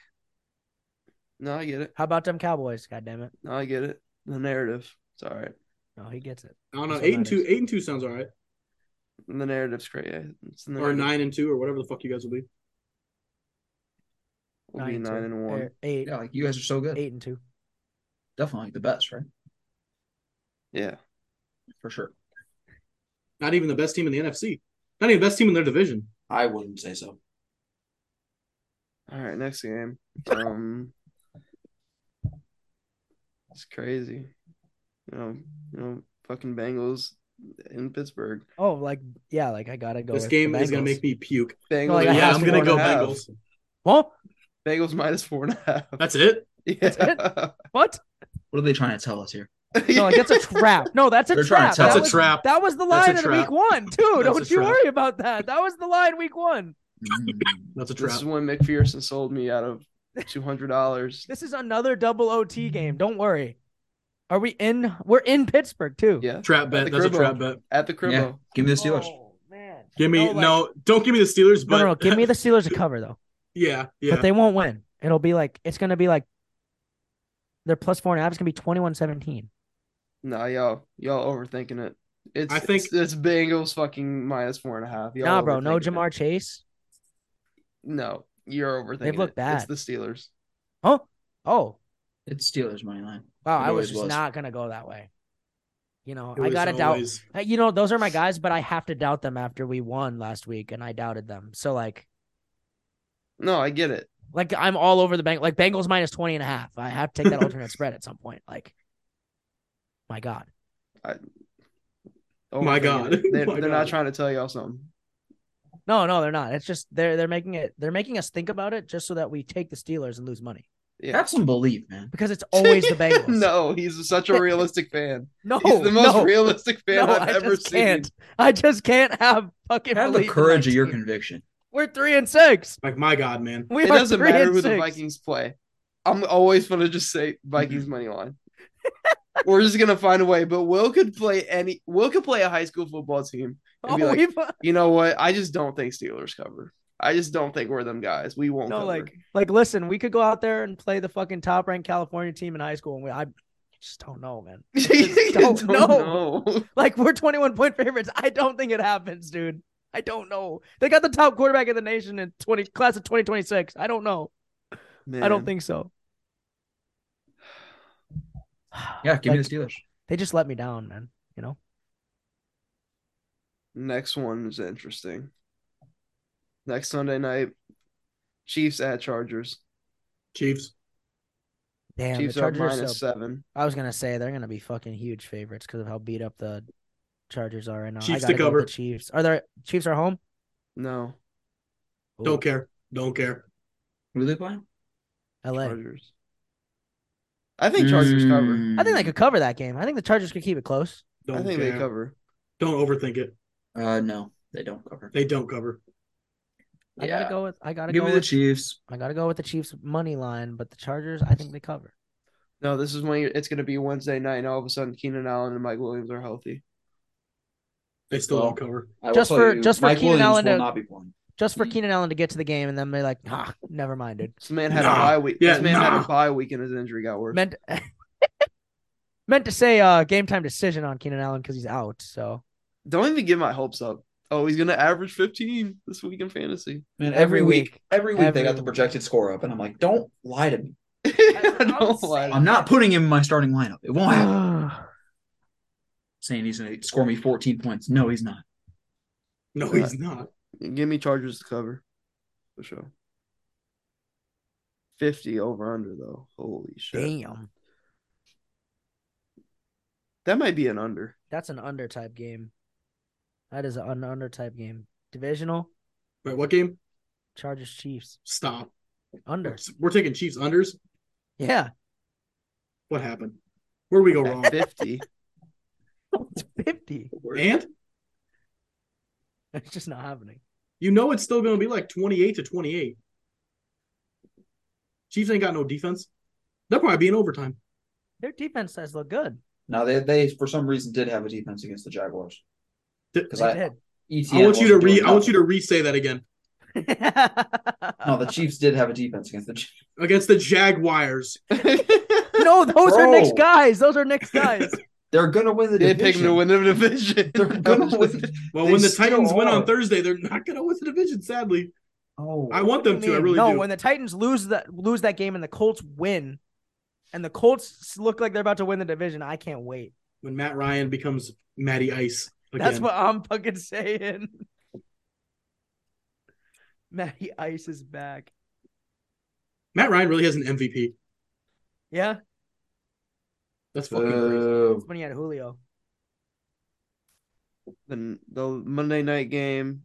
No, I get it. how about them Cowboys? God damn it. No, I get it. The narrative. It's all right. No, he gets it. I don't know. That's what Eight and two. matters. Eight and two sounds all right. The narrative's great. Yeah, It's the Or narrative. nine and two, or whatever the fuck you guys will be. We'll be nine two. and one. Er, Eight, Yeah, like you guys are so good. eight and two. Definitely the best, right? Yeah. For sure. Not even the best team in the NFC. Not even the best team in their division. I wouldn't say so. All right. Next game. Um, it's crazy. You know, you know, fucking Bengals in Pittsburgh. Oh, like yeah, like I gotta go. this with the game is gonna Bengals. make me puke. Bengals. like, minus yeah, I'm four gonna and a go half. Bengals. Huh? Bengals minus four and a half. That's it. [laughs] yeah. What? What are they trying to tell us here? No, like that's a [laughs] trap. No, that's a They're trap. trying to tell That That's us. a was, trap. That was the That's a line in trap. week one too. That's a Don't you trap. worry about that. That was the line week one. Mm. That's a This trap. is when McPherson sold me out of two hundred [laughs] dollars. This is another double OT game. Don't worry. Are we in? We're in Pittsburgh too. Yeah, Trap The bet. That's a Cribbo. trap bet. at the cribbo. Yeah. Give me the Steelers. Oh, man. Give me No, no, like- Don't give me the Steelers. No, But no, no. Give me the Steelers to cover though. [laughs] yeah, yeah. But they won't win. It'll be like it's gonna be like their plus four and a half is gonna be 21-17. Nah, y'all, y'all overthinking it. It's I think- it's, it's Bengals fucking minus four and a half. Y'all Nah, bro. No overthinking it. Jamar Chase. No, you're overthinking. They've looked it. bad. It's the Steelers. Huh? Oh. It's Steelers money line. Wow, It I was always just was. not gonna go that way. You know, It I was gotta doubt always- Uh, You know, those are my guys, but I have to doubt them after we won last week, and I doubted them. So like, No, I get it. like I'm all over the bank. Like Bengals minus 20 and a half. I have to take that [laughs] alternate spread at some point. Like, my God, My Overthinking God. it. [laughs] they're, My they're God. not trying to tell y'all something. no, no, they're not. It's just they're they're making it. They're making us think about it just so that we take the Steelers and lose money Yeah, Have some belief, man. because it's always [laughs] the Bengals. no, he's such a realistic [laughs] fan. no, he's the most no, realistic fan no, I've I ever just seen. can't. I just can't have fucking Have the belief in courage my of your team. conviction. We're three and six. like my God, man. We It are doesn't three matter and who the six. Vikings play. I'm always gonna just say Vikings Mm-hmm. money line. We're just gonna find a way. But Will could play any. Will could play a high school football team. and Oh, be like, we've, you know what? I just don't think Steelers cover. I just don't think we're them guys. We won't No, cover. like, like, listen, we could go out there and play the fucking top ranked California team in high school, and we, I just don't [laughs] know, man. [laughs] You don't know. know. Like, we're 21 point favorites. I don't think it happens, dude. I don't know. They got the top quarterback in the nation in 20 class of 2026. I don't know. I don't Man. think so. [sighs] Yeah, give me Like, the Steelers. They just let me down, man. You know, Next one is interesting. Next Sunday night, Chiefs at Chargers. Chiefs. damn. Chiefs the are Chargers. Are minus so, seven. I was gonna say they're gonna be fucking huge favorites because of how beat up the Chargers are right now. Chiefs I to gotta go with cover. The Chiefs are there. Chiefs are home. No, Ooh. Don't care. Don't care. Who are they playing? LA. Chargers. I Hmm. think Chargers cover. I think they could cover that game. I think the Chargers could keep it close. Don't I think care. they cover. Don't overthink it. could. Uh, no, they don't cover. They don't cover. I gotta go with I gotta Give go me the with Chiefs. I gotta go with the Chiefs money line, but the Chargers I think they cover. No, this is when you- it's going to be Wednesday night, and all of a sudden Keenan Allen and Mike Williams are healthy. They still Well, don't cover. I will Just tell for- just for Mike Keenan Williams Allen will to- not be playing. Just for Mm. Keenan Allen to get to the game and then be like, ah, never mind, dude. This man had Nah. a bye week. Yeah, this man had nah. a bye week, and his injury got worse. Meant [laughs] meant to say uh game time decision on Keenan Allen because he's out. So Don't even get my hopes up. Oh, he's going to average 15 this week in fantasy. [laughs] Man, every every, week, week. every week they Every got the week. projected score up, and I'm like, don't lie to me. I what I don't was like I'm not putting him in my starting lineup. It won't happen. I Saying he's going to score me 14 points. No, he's not. No, Right. he's not. it. [sighs] Give me Chargers to cover for sure. 50 over under, though. Holy shit. damn. That might be an under. That's an under type game. That is an under type game. Divisional, Wait, what game? Chargers Chiefs. Stop. Under. We're taking Chiefs unders. Yeah. What happened? Where we go wrong? [laughs] 50. It's fifty. and It's just not happening. you know it's still going to be like 28 to 28. Chiefs ain't got no defense. They'll probably be in overtime. Their defense does look good. No, they, they for some reason did have a defense against the Jaguars. Did- Because They I, did. [laughs] ETN I want you to wasn't doing re. I want you to nothing. re say that again No, the Chiefs did have a defense against the. Chiefs. against the Jaguars. No, those are Nick's Bro. guys. Those are Nick's guys. They're gonna win the they picked division. him to win the division. [laughs] [laughs] They're gonna win. Well, They when the still Titans win on are. Thursday, they're not going to win the division. Sadly, [laughs] Oh, I want them to. I mean, really no, do. when the Titans lose that lose that game and the Colts win, and the Colts s- look like they're about to win the division, I can't wait. When Matt Ryan becomes Matty Ice again. That's what I'm fucking saying. [laughs] Matty Ice is back. Matt Ryan really has an MVP. Yeah, That's that's fucking crazy. Uh, Boo. when he had Julio. the, the Monday night game,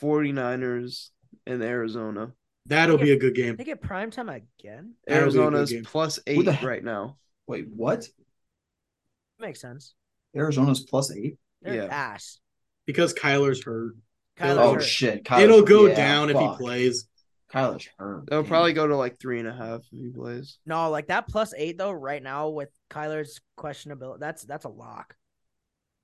49ers and Arizona. That'll be a good game. They get prime time again. That'll be a good Arizona's game. plus Who eight the he- right now. Wait, what? Makes sense. Arizona's plus eight. They're Yeah. ass. because Kyler's hurt. Kyler's Oh hurt. shit! Kyler's- It'll go yeah, down if he fuck. plays. Kyler's hurt. They'll Damn. probably go to like three and a half if he plays. No, like that plus eight though, right now with Kyler's questionability, that's that's a lock.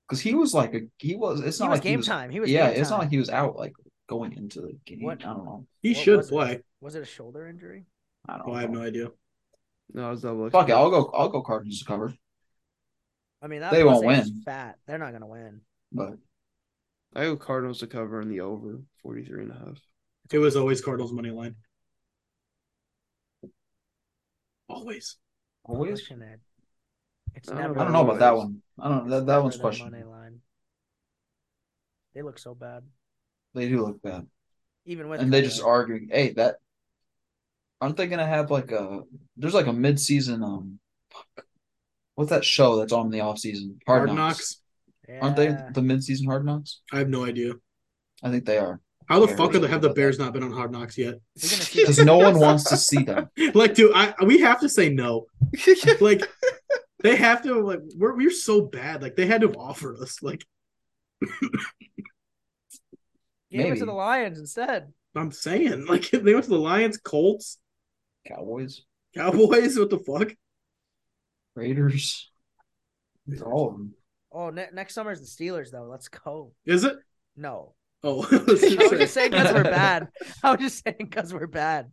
because he was like a he was. It's He not was like game he was, time. He was yeah, game it's time. not like he was out like going into the game. What- I don't know. He What should was it? play. Was it a shoulder injury? I don't. Oh, know. I have no idea. No, it's double. Fuck it. I'll go. I'll go Cardinals to cover. I mean, that They plus won't eight is win. Fat. They're not gonna win. But I go Cardinals to cover in the over 43 and a half. It was always Cardinals money line. Always. always. Question it. It's I don't never. know. I don't know about that Always. one. I don't. it's That that never one's their Money questionable. line. They look so bad, They do look bad. even with. and they Kyler. just arguing, hey, that aren't they gonna have like a there's like a mid season um fuck. what's that show that's on in the off season? Hard, knocks. Aren't Yeah. they the mid season hard knocks? I have no idea. I think they are. How the Bears fuck are the, don't have know the that. Bears not been on Hard Knocks yet? [laughs] We're gonna see Because [laughs] no one wants to see them. Like, dude, I we have to say no. Like, they have to like we're we're so bad. Like, they had to have offered us. Like, Give it Maybe. to the Lions instead. I'm saying, [laughs] like, they went to the Lions, Colts, Cowboys, Cowboys. What the fuck? Raiders. They're all of them. Oh, ne- next summer is the Steelers though. Let's go. Is it? [laughs] No, Oh, [laughs] I was just saying because we're bad. [laughs] I was just saying because we're bad.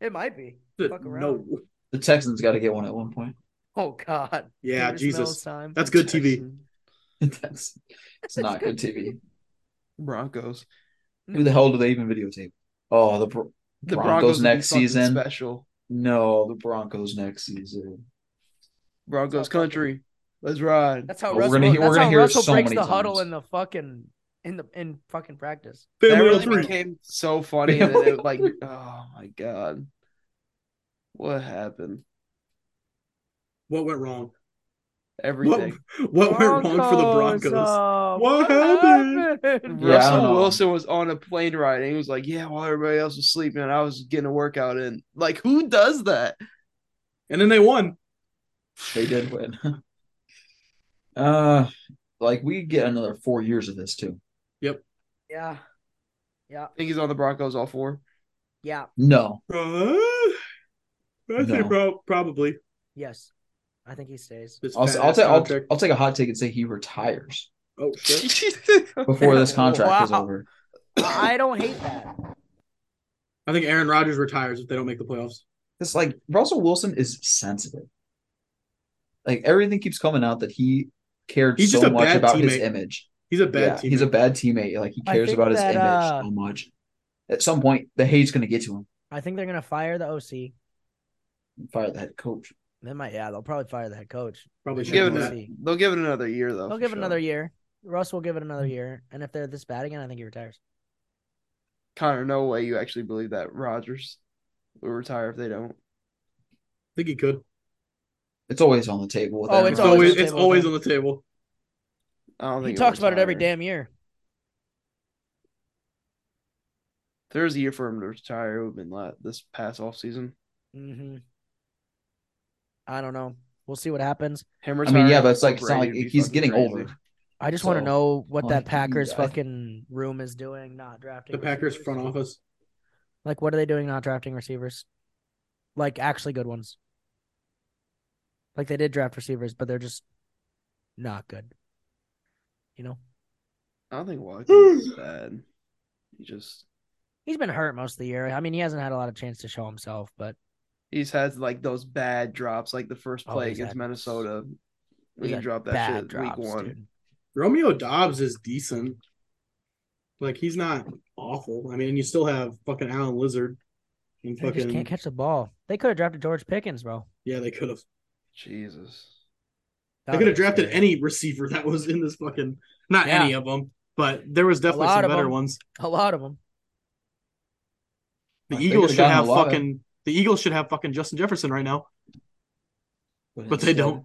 It might be. Fuck around. no. The Texans gotta get one at one point. [laughs] Oh God. Yeah, Davis Mills Jesus, time. that's good TV. Jackson, that's it's not good TV. Broncos. Who the hell do they even videotape? Oh, the Bro- The Broncos would be next fucking season. Special. no, the Broncos next season. Broncos That's how fucking- country. Let's ride. That's how We're Russell. gonna hear- we're that's gonna how hear it Russell so breaks the many huddle times. in the fucking in the in fucking practice. That Family really of three. became so funny. And then it like, [laughs] oh my god, what happened? What went wrong? Everything. [laughs] What went wrong for the Broncos? uh, What happened? happened? [laughs] Yeah, I don't Russell know. Wilson was on a plane ride and he was like, "Yeah, while everybody else was sleeping, I was getting a workout in." Like, who does that? And then they [laughs] won. They did win. [laughs] uh, like we get another four years of this too. Yeah. Yeah. I think he's on the Broncos all four. [laughs] Yeah. No, Uh, I No. think prob- probably. Yes. I think he stays. This I'll I'll, past ta- I'll, contract. I'll take a hot take and say he retires Oh shit! [laughs] before this contract is Wow. over. I I don't hate that. I think Aaron Rodgers retires if they don't make the playoffs. It's like Russell Wilson is sensitive. Like everything keeps coming out that he cared He's so just a much bad about his teammate. image. He's a bad yeah, team. he's a bad teammate. Like he I cares think about his that, image uh, so much. At some point, the hate's going to get to him. I think they're gonna fire the OC. Fire the head coach. They might. Yeah, they'll probably fire the head coach. probably They'll should give, give it that. a- they'll give it another year though. They'll for give it sure. another year. Russ will give it another year, and if they're this bad again, I think he retires. Connor, no way you actually believe that Rodgers will retire if they don't. I think he could. It's always on the table. With Oh, Aaron It's it's Rodgers. always on the it's table, always on though. the table. I don't think He he'll talks about it every retire. damn year. If there was a year for him to retire, it would have been la- this past off season. hmm I don't know. We'll see what happens. Him I mean, yeah, retiring but it's like it's before not like Brady would be he's fucking getting crazy. older. I just want to So, know what that like, Packers yeah. fucking room is doing, not drafting The Packers receivers. front office. Like, what are they doing? Not drafting receivers, like actually good ones. Like they did draft receivers, but they're just not good. You know, I don't think [sighs] Watkins is bad. He just he's been hurt most of the year. I mean, he hasn't had a lot of chance to show himself, but he's has like those bad drops, like the first Oh, play he's against had- Minnesota. When he's he had dropped that bad shit drops, week one. dude. Romeo Dobbs is decent. Like he's not awful. I mean, you still have fucking Alan Lizard and They just fucking can't catch the ball. They could have drafted George Pickens, bro. yeah. They could have. [laughs] Jesus. They could have drafted any receiver that was in this fucking not Yeah. any of them, but there was definitely lot some of better them. ones. a lot of them. The Like, they Eagles could've should gotten have a lot of- fucking the Eagles should have fucking Justin Jefferson right now. But they instead- don't.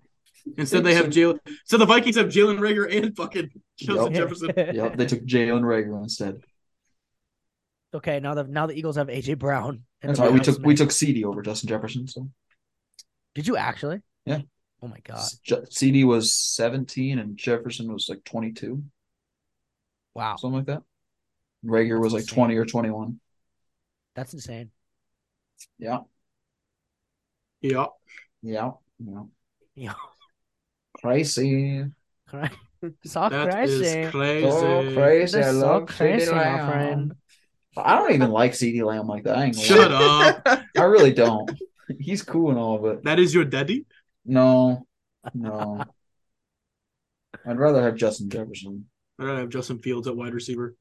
Instead, they have Jalen. So the Vikings have Jalen Rager and fucking Justin [laughs] Yep. Jefferson. Yep, they took Jalen Rager instead. Okay, now the now the Eagles have AJ Brown. and That's right. We Devontae took we Smith. took CD over Justin Jefferson. So Did you actually? Yeah. Oh my god! Je- CD was seventeen and Jefferson was like twenty two, Wow, something like that. Rager That's was like insane. twenty or twenty one. that's insane. Yeah, Yeah, yeah, yeah. Yeah. Crazy. All [laughs] right. So that is crazy. crazy. So crazy. I That's so love CD crazy, my Lamb. friend. I don't even like CD Lamb like that. I, ain't gonna Shut lie. up. I really don't. He's cool and all, but That is your daddy. no, no. I'd rather have Justin Jefferson. I don't have Justin Fields at wide receiver.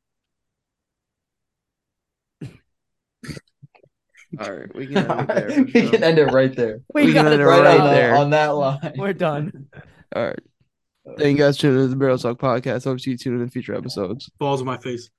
All right, we can [laughs] end it there. we for sure. can end it right there. We We got got it it Right, Right on, there. on that line. We're done. All right. Thank you guys for tuning in to the Barrel Talk Podcast. Hope to see you tune in in future episodes. Balls in my face.